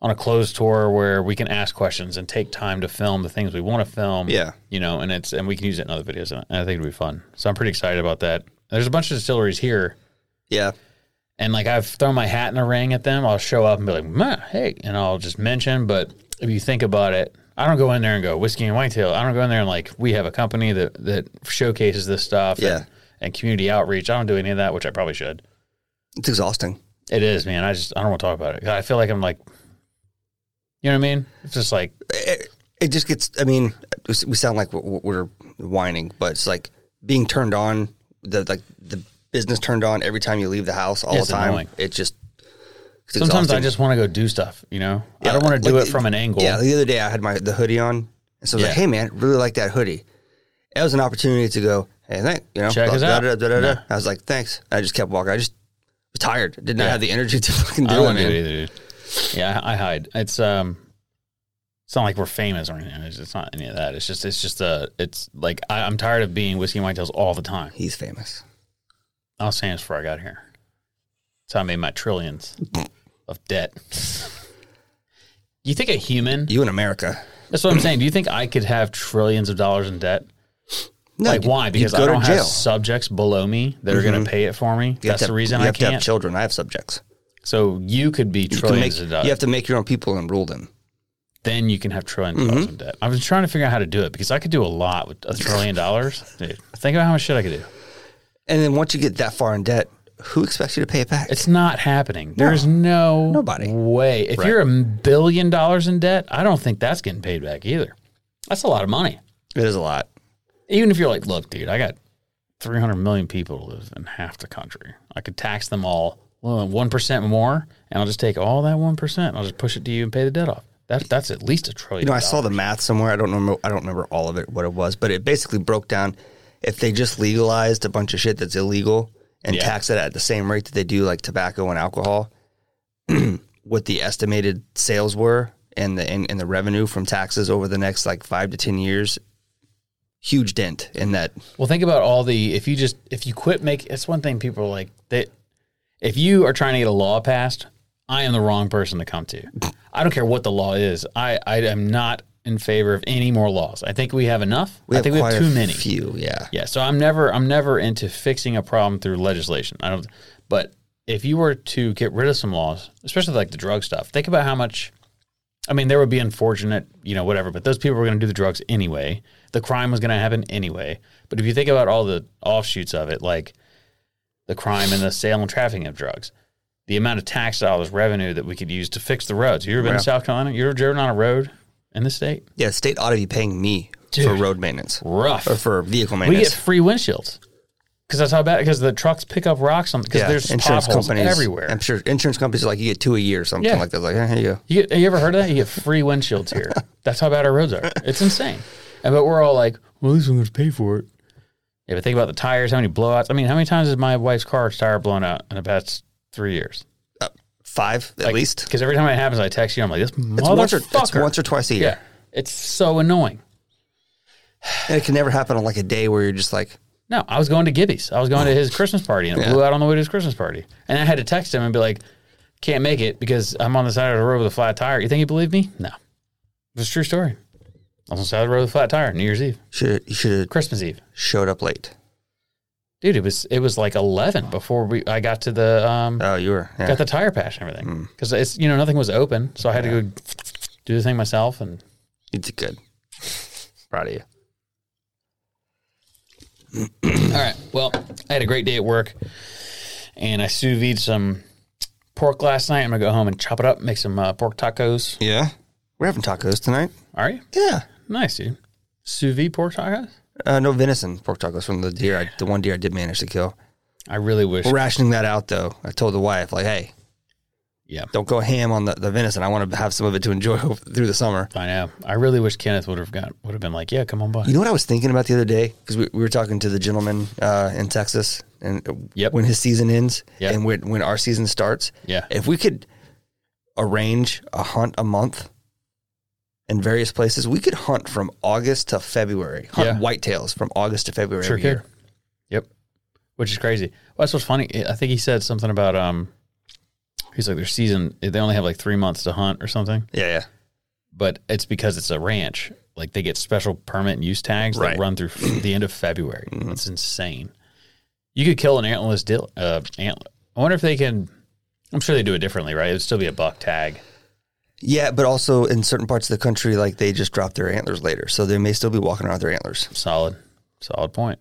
B: on a closed tour where we can ask questions and take time to film the things we want to film.
C: Yeah.
B: You know, and it's and we can use it in other videos and I think it'd be fun. So I'm pretty excited about that. There's a bunch of distilleries here
C: Yeah.
B: and like I've thrown my hat in the ring at them, I'll show up and be like, "Man, hey," and I'll just mention. But if you think about it, I don't go in there and go whiskey and whitetail. I don't go in there and like we have a company that that showcases this stuff.
C: Yeah.
B: And, and community outreach. I don't do any of that, which I probably should.
C: It's exhausting.
B: It is, man. I just I don't want to talk about it. I feel like I'm like, you know what I mean? It's just like
C: It, it just gets. I mean, we sound like we're, we're whining, but it's like being turned on. The like the business turned on every time you leave the house all
B: It's
C: the time.
B: annoying.
C: It just. It's
B: sometimes I
C: exhausting.
B: just want to go do stuff. You know, I don't want to
C: like,
B: do it from an angle.
C: Yeah, the other day I had my the hoodie on, and so I was like,
B: Yeah.
C: "Hey, man, really like that hoodie." It was an opportunity to go, "Hey, thank you know."
B: Check
C: blah,
B: us
C: blah,
B: out.
C: blah, blah, blah, blah.
B: No.
C: I was like, "Thanks." I just kept walking. I just was tired. Did not
B: Yeah.
C: have the energy [laughs] to fucking do
B: I
C: it.
B: don't want to
C: man.
B: do it either, dude. Yeah, I I hide. It's um, it's not like we're famous or anything. It's, it's not any of that. It's just it's just uh, it's like I, I'm tired of being whiskey and whitetails all the time.
C: He's famous.
B: I was saying this before I got here. That's how I made my trillions of debt. [laughs] you think a human?
C: You in America?
B: That's what I'm saying. Do you think I could have trillions of dollars in debt?
C: No,
B: like
C: you-
B: why?
C: you'd
B: Because
C: go
B: I
C: to
B: don't
C: jail. Mm-hmm.
B: have subjects below me that are going to pay it for me.
C: You have
B: That's
C: to
B: the
C: have-
B: reason
C: you
B: I
C: have to
B: can't.
C: have children. I have subjects.
B: so you could be
C: You, can
B: trillions
C: make,
B: of dollars.
C: you have to make your own people and rule them.
B: then you can have 1000000000000
C: Mm-hmm.
B: dollars in debt. I was trying to figure out how to do it because I could do a lot with a trillion
C: [laughs]
B: dollars. Dude, think about how much shit I could do.
C: And then once you get that far in debt, who expects you to pay it back?
B: It's not happening. There's no
C: Nobody.
B: way. If you're a billion dollars in debt, I don't think that's getting paid back either. That's a lot of money.
C: it is a lot.
B: Even if you're like, look, dude, I got 300 million people to live in half the country. I could tax them all well, 1% more, and I'll just take all that 1%. And I'll just push it to you and pay the debt off. That, that's at least a trillion.
C: You know, I
B: dollars.
C: saw the math somewhere. I don't remember. I don't remember all of it, what it was, but it basically broke down. If they just legalized a bunch of shit that's illegal and
B: Yeah.
C: taxed it at the same rate that they do like tobacco and alcohol, [clears throat] what the estimated sales were and the and, and the revenue from taxes over the next like five to ten years, huge dent in that.
B: Well, think about all the if you just if you quit make it's one thing people are like that. If you are trying to get a law passed, I am the wrong person to come to. I don't care what the law is. I I am not in favor of any more laws. I think we have enough. I think we
C: quite
B: have
C: a
B: too many.
C: Few, yeah.
B: Yeah, so I'm never I'm never into fixing a problem through legislation. I don't but if you were to get rid of some laws, especially like the drug stuff, think about how much I mean, there would be unfortunate, you know, whatever, but those people were going to do the drugs anyway. The crime was going to happen anyway. But if you think about all the offshoots of it, like the crime and the sale and trafficking of drugs. The amount of tax dollars revenue that we could use to fix the roads. You ever been
C: Yeah.
B: to South Carolina? You ever driven on a road in the state?
C: Yeah, the state ought to be paying me for
B: Dude.
C: road maintenance
B: Rough.
C: or for vehicle
B: we get
C: maintenance.
B: free windshields because that's how bad. Because the trucks pick up rocks on because there's potholes everywhere.
C: I'm sure insurance companies are like you get two a year or something
B: Yeah.
C: like that. Like eh, here you go.
B: You, get, you ever heard of that? You get free windshields
C: [laughs]
B: here. That's how bad our roads are. It's insane. And, but we're all like, well, at least I'm going to pay for it. Yeah, but think about the tires, how many blowouts. I mean, how many times has my wife's car's tire blown out in the past three years?
C: Uh, five at least.
B: Because every time it happens, I text you. I'm like, this
C: It's once, or, it's
B: motherfucker.
C: once or twice a year.
B: yeah, it's so annoying.
C: And it can never happen on like a day where you're just like,
B: No, I was going to Gibby's. I was going to his Christmas party, and it
C: Oh. Yeah.
B: blew out on the way to his Christmas party. And I had to text him and be like, "Can't make it because I'm on the side of the road with a flat tire." You think he believed me? No, it's a true story. I was on the side of the road with a flat tire, New Year's Eve,
C: should you should have
B: Christmas Eve.
C: showed up late.
B: Dude, it was it was like eleven before we I got to the um
C: Oh, you were. Yeah. Hmm.
B: got the tire patch and everything because it's you know nothing was open, so I had to go do the thing myself. And
C: you did good. Proud of you.
B: all right, well, I had a great day at work, and I sous vide some pork last night. I'm gonna go home and chop it up, make some uh, pork tacos.
C: Yeah. We're having tacos tonight.
B: Are you
C: Yeah.
B: nice, dude? Sous vide pork tacos.
C: Uh, no venison pork tacos from the deer. I, the one deer I did manage to kill.
B: I really wish.
C: We're rationing that out though. I told the wife like, hey,
B: Yeah,
C: don't go ham on the, the venison. I want to have some of it to enjoy [laughs] over, through the summer.
B: I know. I really wish Kenneth would have got would have been like, "Yeah, come on by."
C: You know what I was thinking about the other day because we, we were talking to the gentleman uh, in Texas, and uh,
B: Yep.
C: when his season ends,
B: Yep.
C: and when when our season starts,
B: Yeah.
C: if we could arrange a hunt a month in various places, we could hunt from August to February. Hunt
B: Yeah.
C: whitetails from August to February
B: Sure
C: every year.
B: could. Yep. Which is crazy. Well, that's what's funny. I think he said something about um he's like their season they only have like three months to hunt or something.
C: Yeah, yeah.
B: But it's because it's a ranch. Like they get special permit and use tags
C: Right. Mm-hmm.
B: that run
C: [clears throat]
B: through f- the end of February. It's insane. You could kill an antlerless deal uh antler. I wonder if they can I'm sure they do it differently, right? It would still be a buck tag.
C: Yeah, but also in certain parts of the country, like they just drop their antlers later, so they may still be walking around with their antlers.
B: Solid. Solid point.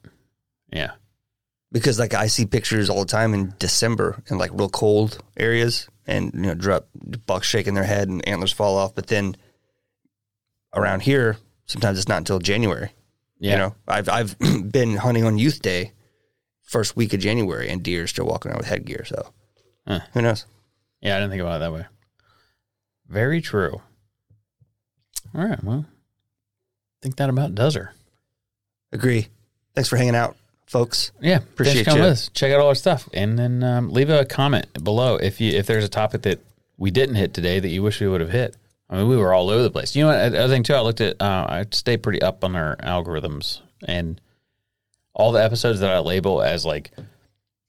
B: Yeah.
C: Because like I see pictures all the time in December in like real cold areas, and you know, drop bucks shaking their head and antlers fall off. But then around here, sometimes it's not until January.
B: Yeah.
C: You know, I've [clears throat] I've been hunting on Youth Day, first week of January, and deer are still walking around with headgear. So
B: Huh.
C: who knows?
B: Yeah, I didn't think about it that way. Very true. All right, well, I think that about does her.
C: Agree. Thanks for hanging out, folks.
B: Yeah,
C: Appreciate
B: thanks for coming
C: you.
B: with us. Check out all our stuff, and then um, leave a comment below if you if there's a topic that we didn't hit today that you wish we would have hit. I mean, we were all over the place. You know what? Other thing too, I looked at. Uh, I stay pretty up on our algorithms, and all the episodes that I label as like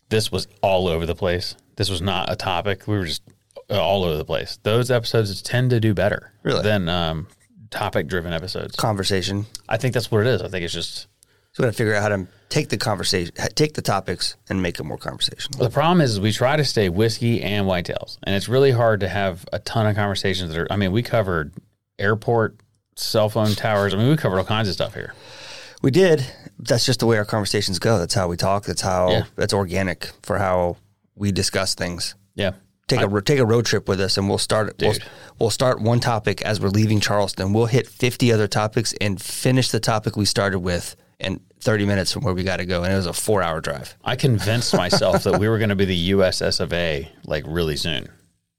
B: this was all over the place. This was not a topic. We were just uh, all over the place. Those episodes tend to do better
C: Really?
B: than um, topic driven episodes.
C: Conversation.
B: I think that's what it is. I think it's just
C: So we got to figure out how to take the conversation, take the topics, and make it more conversational.
B: The problem is, is we try to stay whiskey and whitetails, and it's really hard to have a ton of conversations that are. I mean, we covered airport, cell phone towers. I mean, we covered all kinds of stuff here.
C: We did. That's just the way our conversations go. That's how we talk. That's how
B: Yeah.
C: that's organic for how we discuss things.
B: Yeah,
C: Take a ro- take a road trip with us, and we'll start. We'll,
B: Dude.
C: we'll start one topic as we're leaving Charleston. We'll hit fifty other topics and finish the topic we started with in thirty minutes from where we got to go, and it was a four hour drive.
B: I
C: [laughs]
B: convinced myself that we were going to be the USS of A like really soon.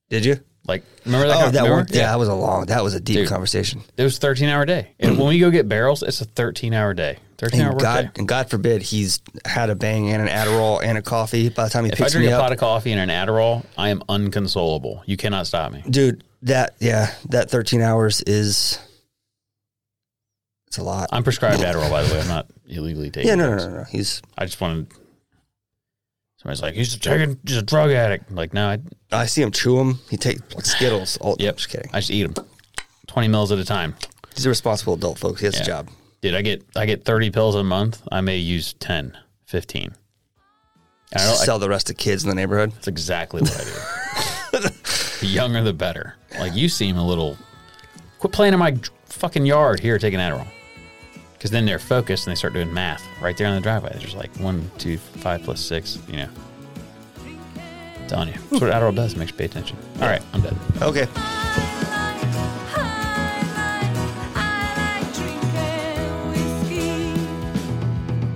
C: Did you?
B: Like, remember that?
C: Oh,
B: con-
C: that
B: remember?
C: one. Yeah, that was a long. That was a deep
B: Dude.
C: conversation.
B: it was thirteen hour day. And when we go get barrels, it's a thirteen hour day. Thirteen hour
C: And
B: work
C: God,
B: day.
C: and God forbid he's had a bang and an Adderall and a coffee. By the time he
B: If I
C: picks
B: drink
C: me
B: a
C: up,
B: pot of coffee and an Adderall, I am unconsolable. You cannot stop me.
C: dude that yeah that 13 hours is it's a lot
B: I'm prescribed Adderall, by the way. I'm not illegally taking.
C: yeah no no
B: drugs.
C: no no he's
B: I just wanted. Somebody's like, he's taking, he's a drug addict. I'm like, no, I,
C: i see him chew him he takes like skittles all
B: Yep.
C: i'm just kidding
B: I just eat them, twenty mils at a time.
C: he's a responsible adult folks he has
B: Yeah.
C: a job
B: Dude, I get I get thirty pills a month. I may use 10, 15. I don't, I,
C: sell the rest to kids in the neighborhood
B: that's exactly what I do. the younger, the better. Like you seem a little. Quit playing in my fucking yard here, taking Adderall. Because then they're focused and they start doing math right there on the driveway. They're just like one, two, five plus six. You know, telling you. That's what Adderall does, makes you pay attention. All right, I'm done.
C: Okay.
D: I like drinking whiskey.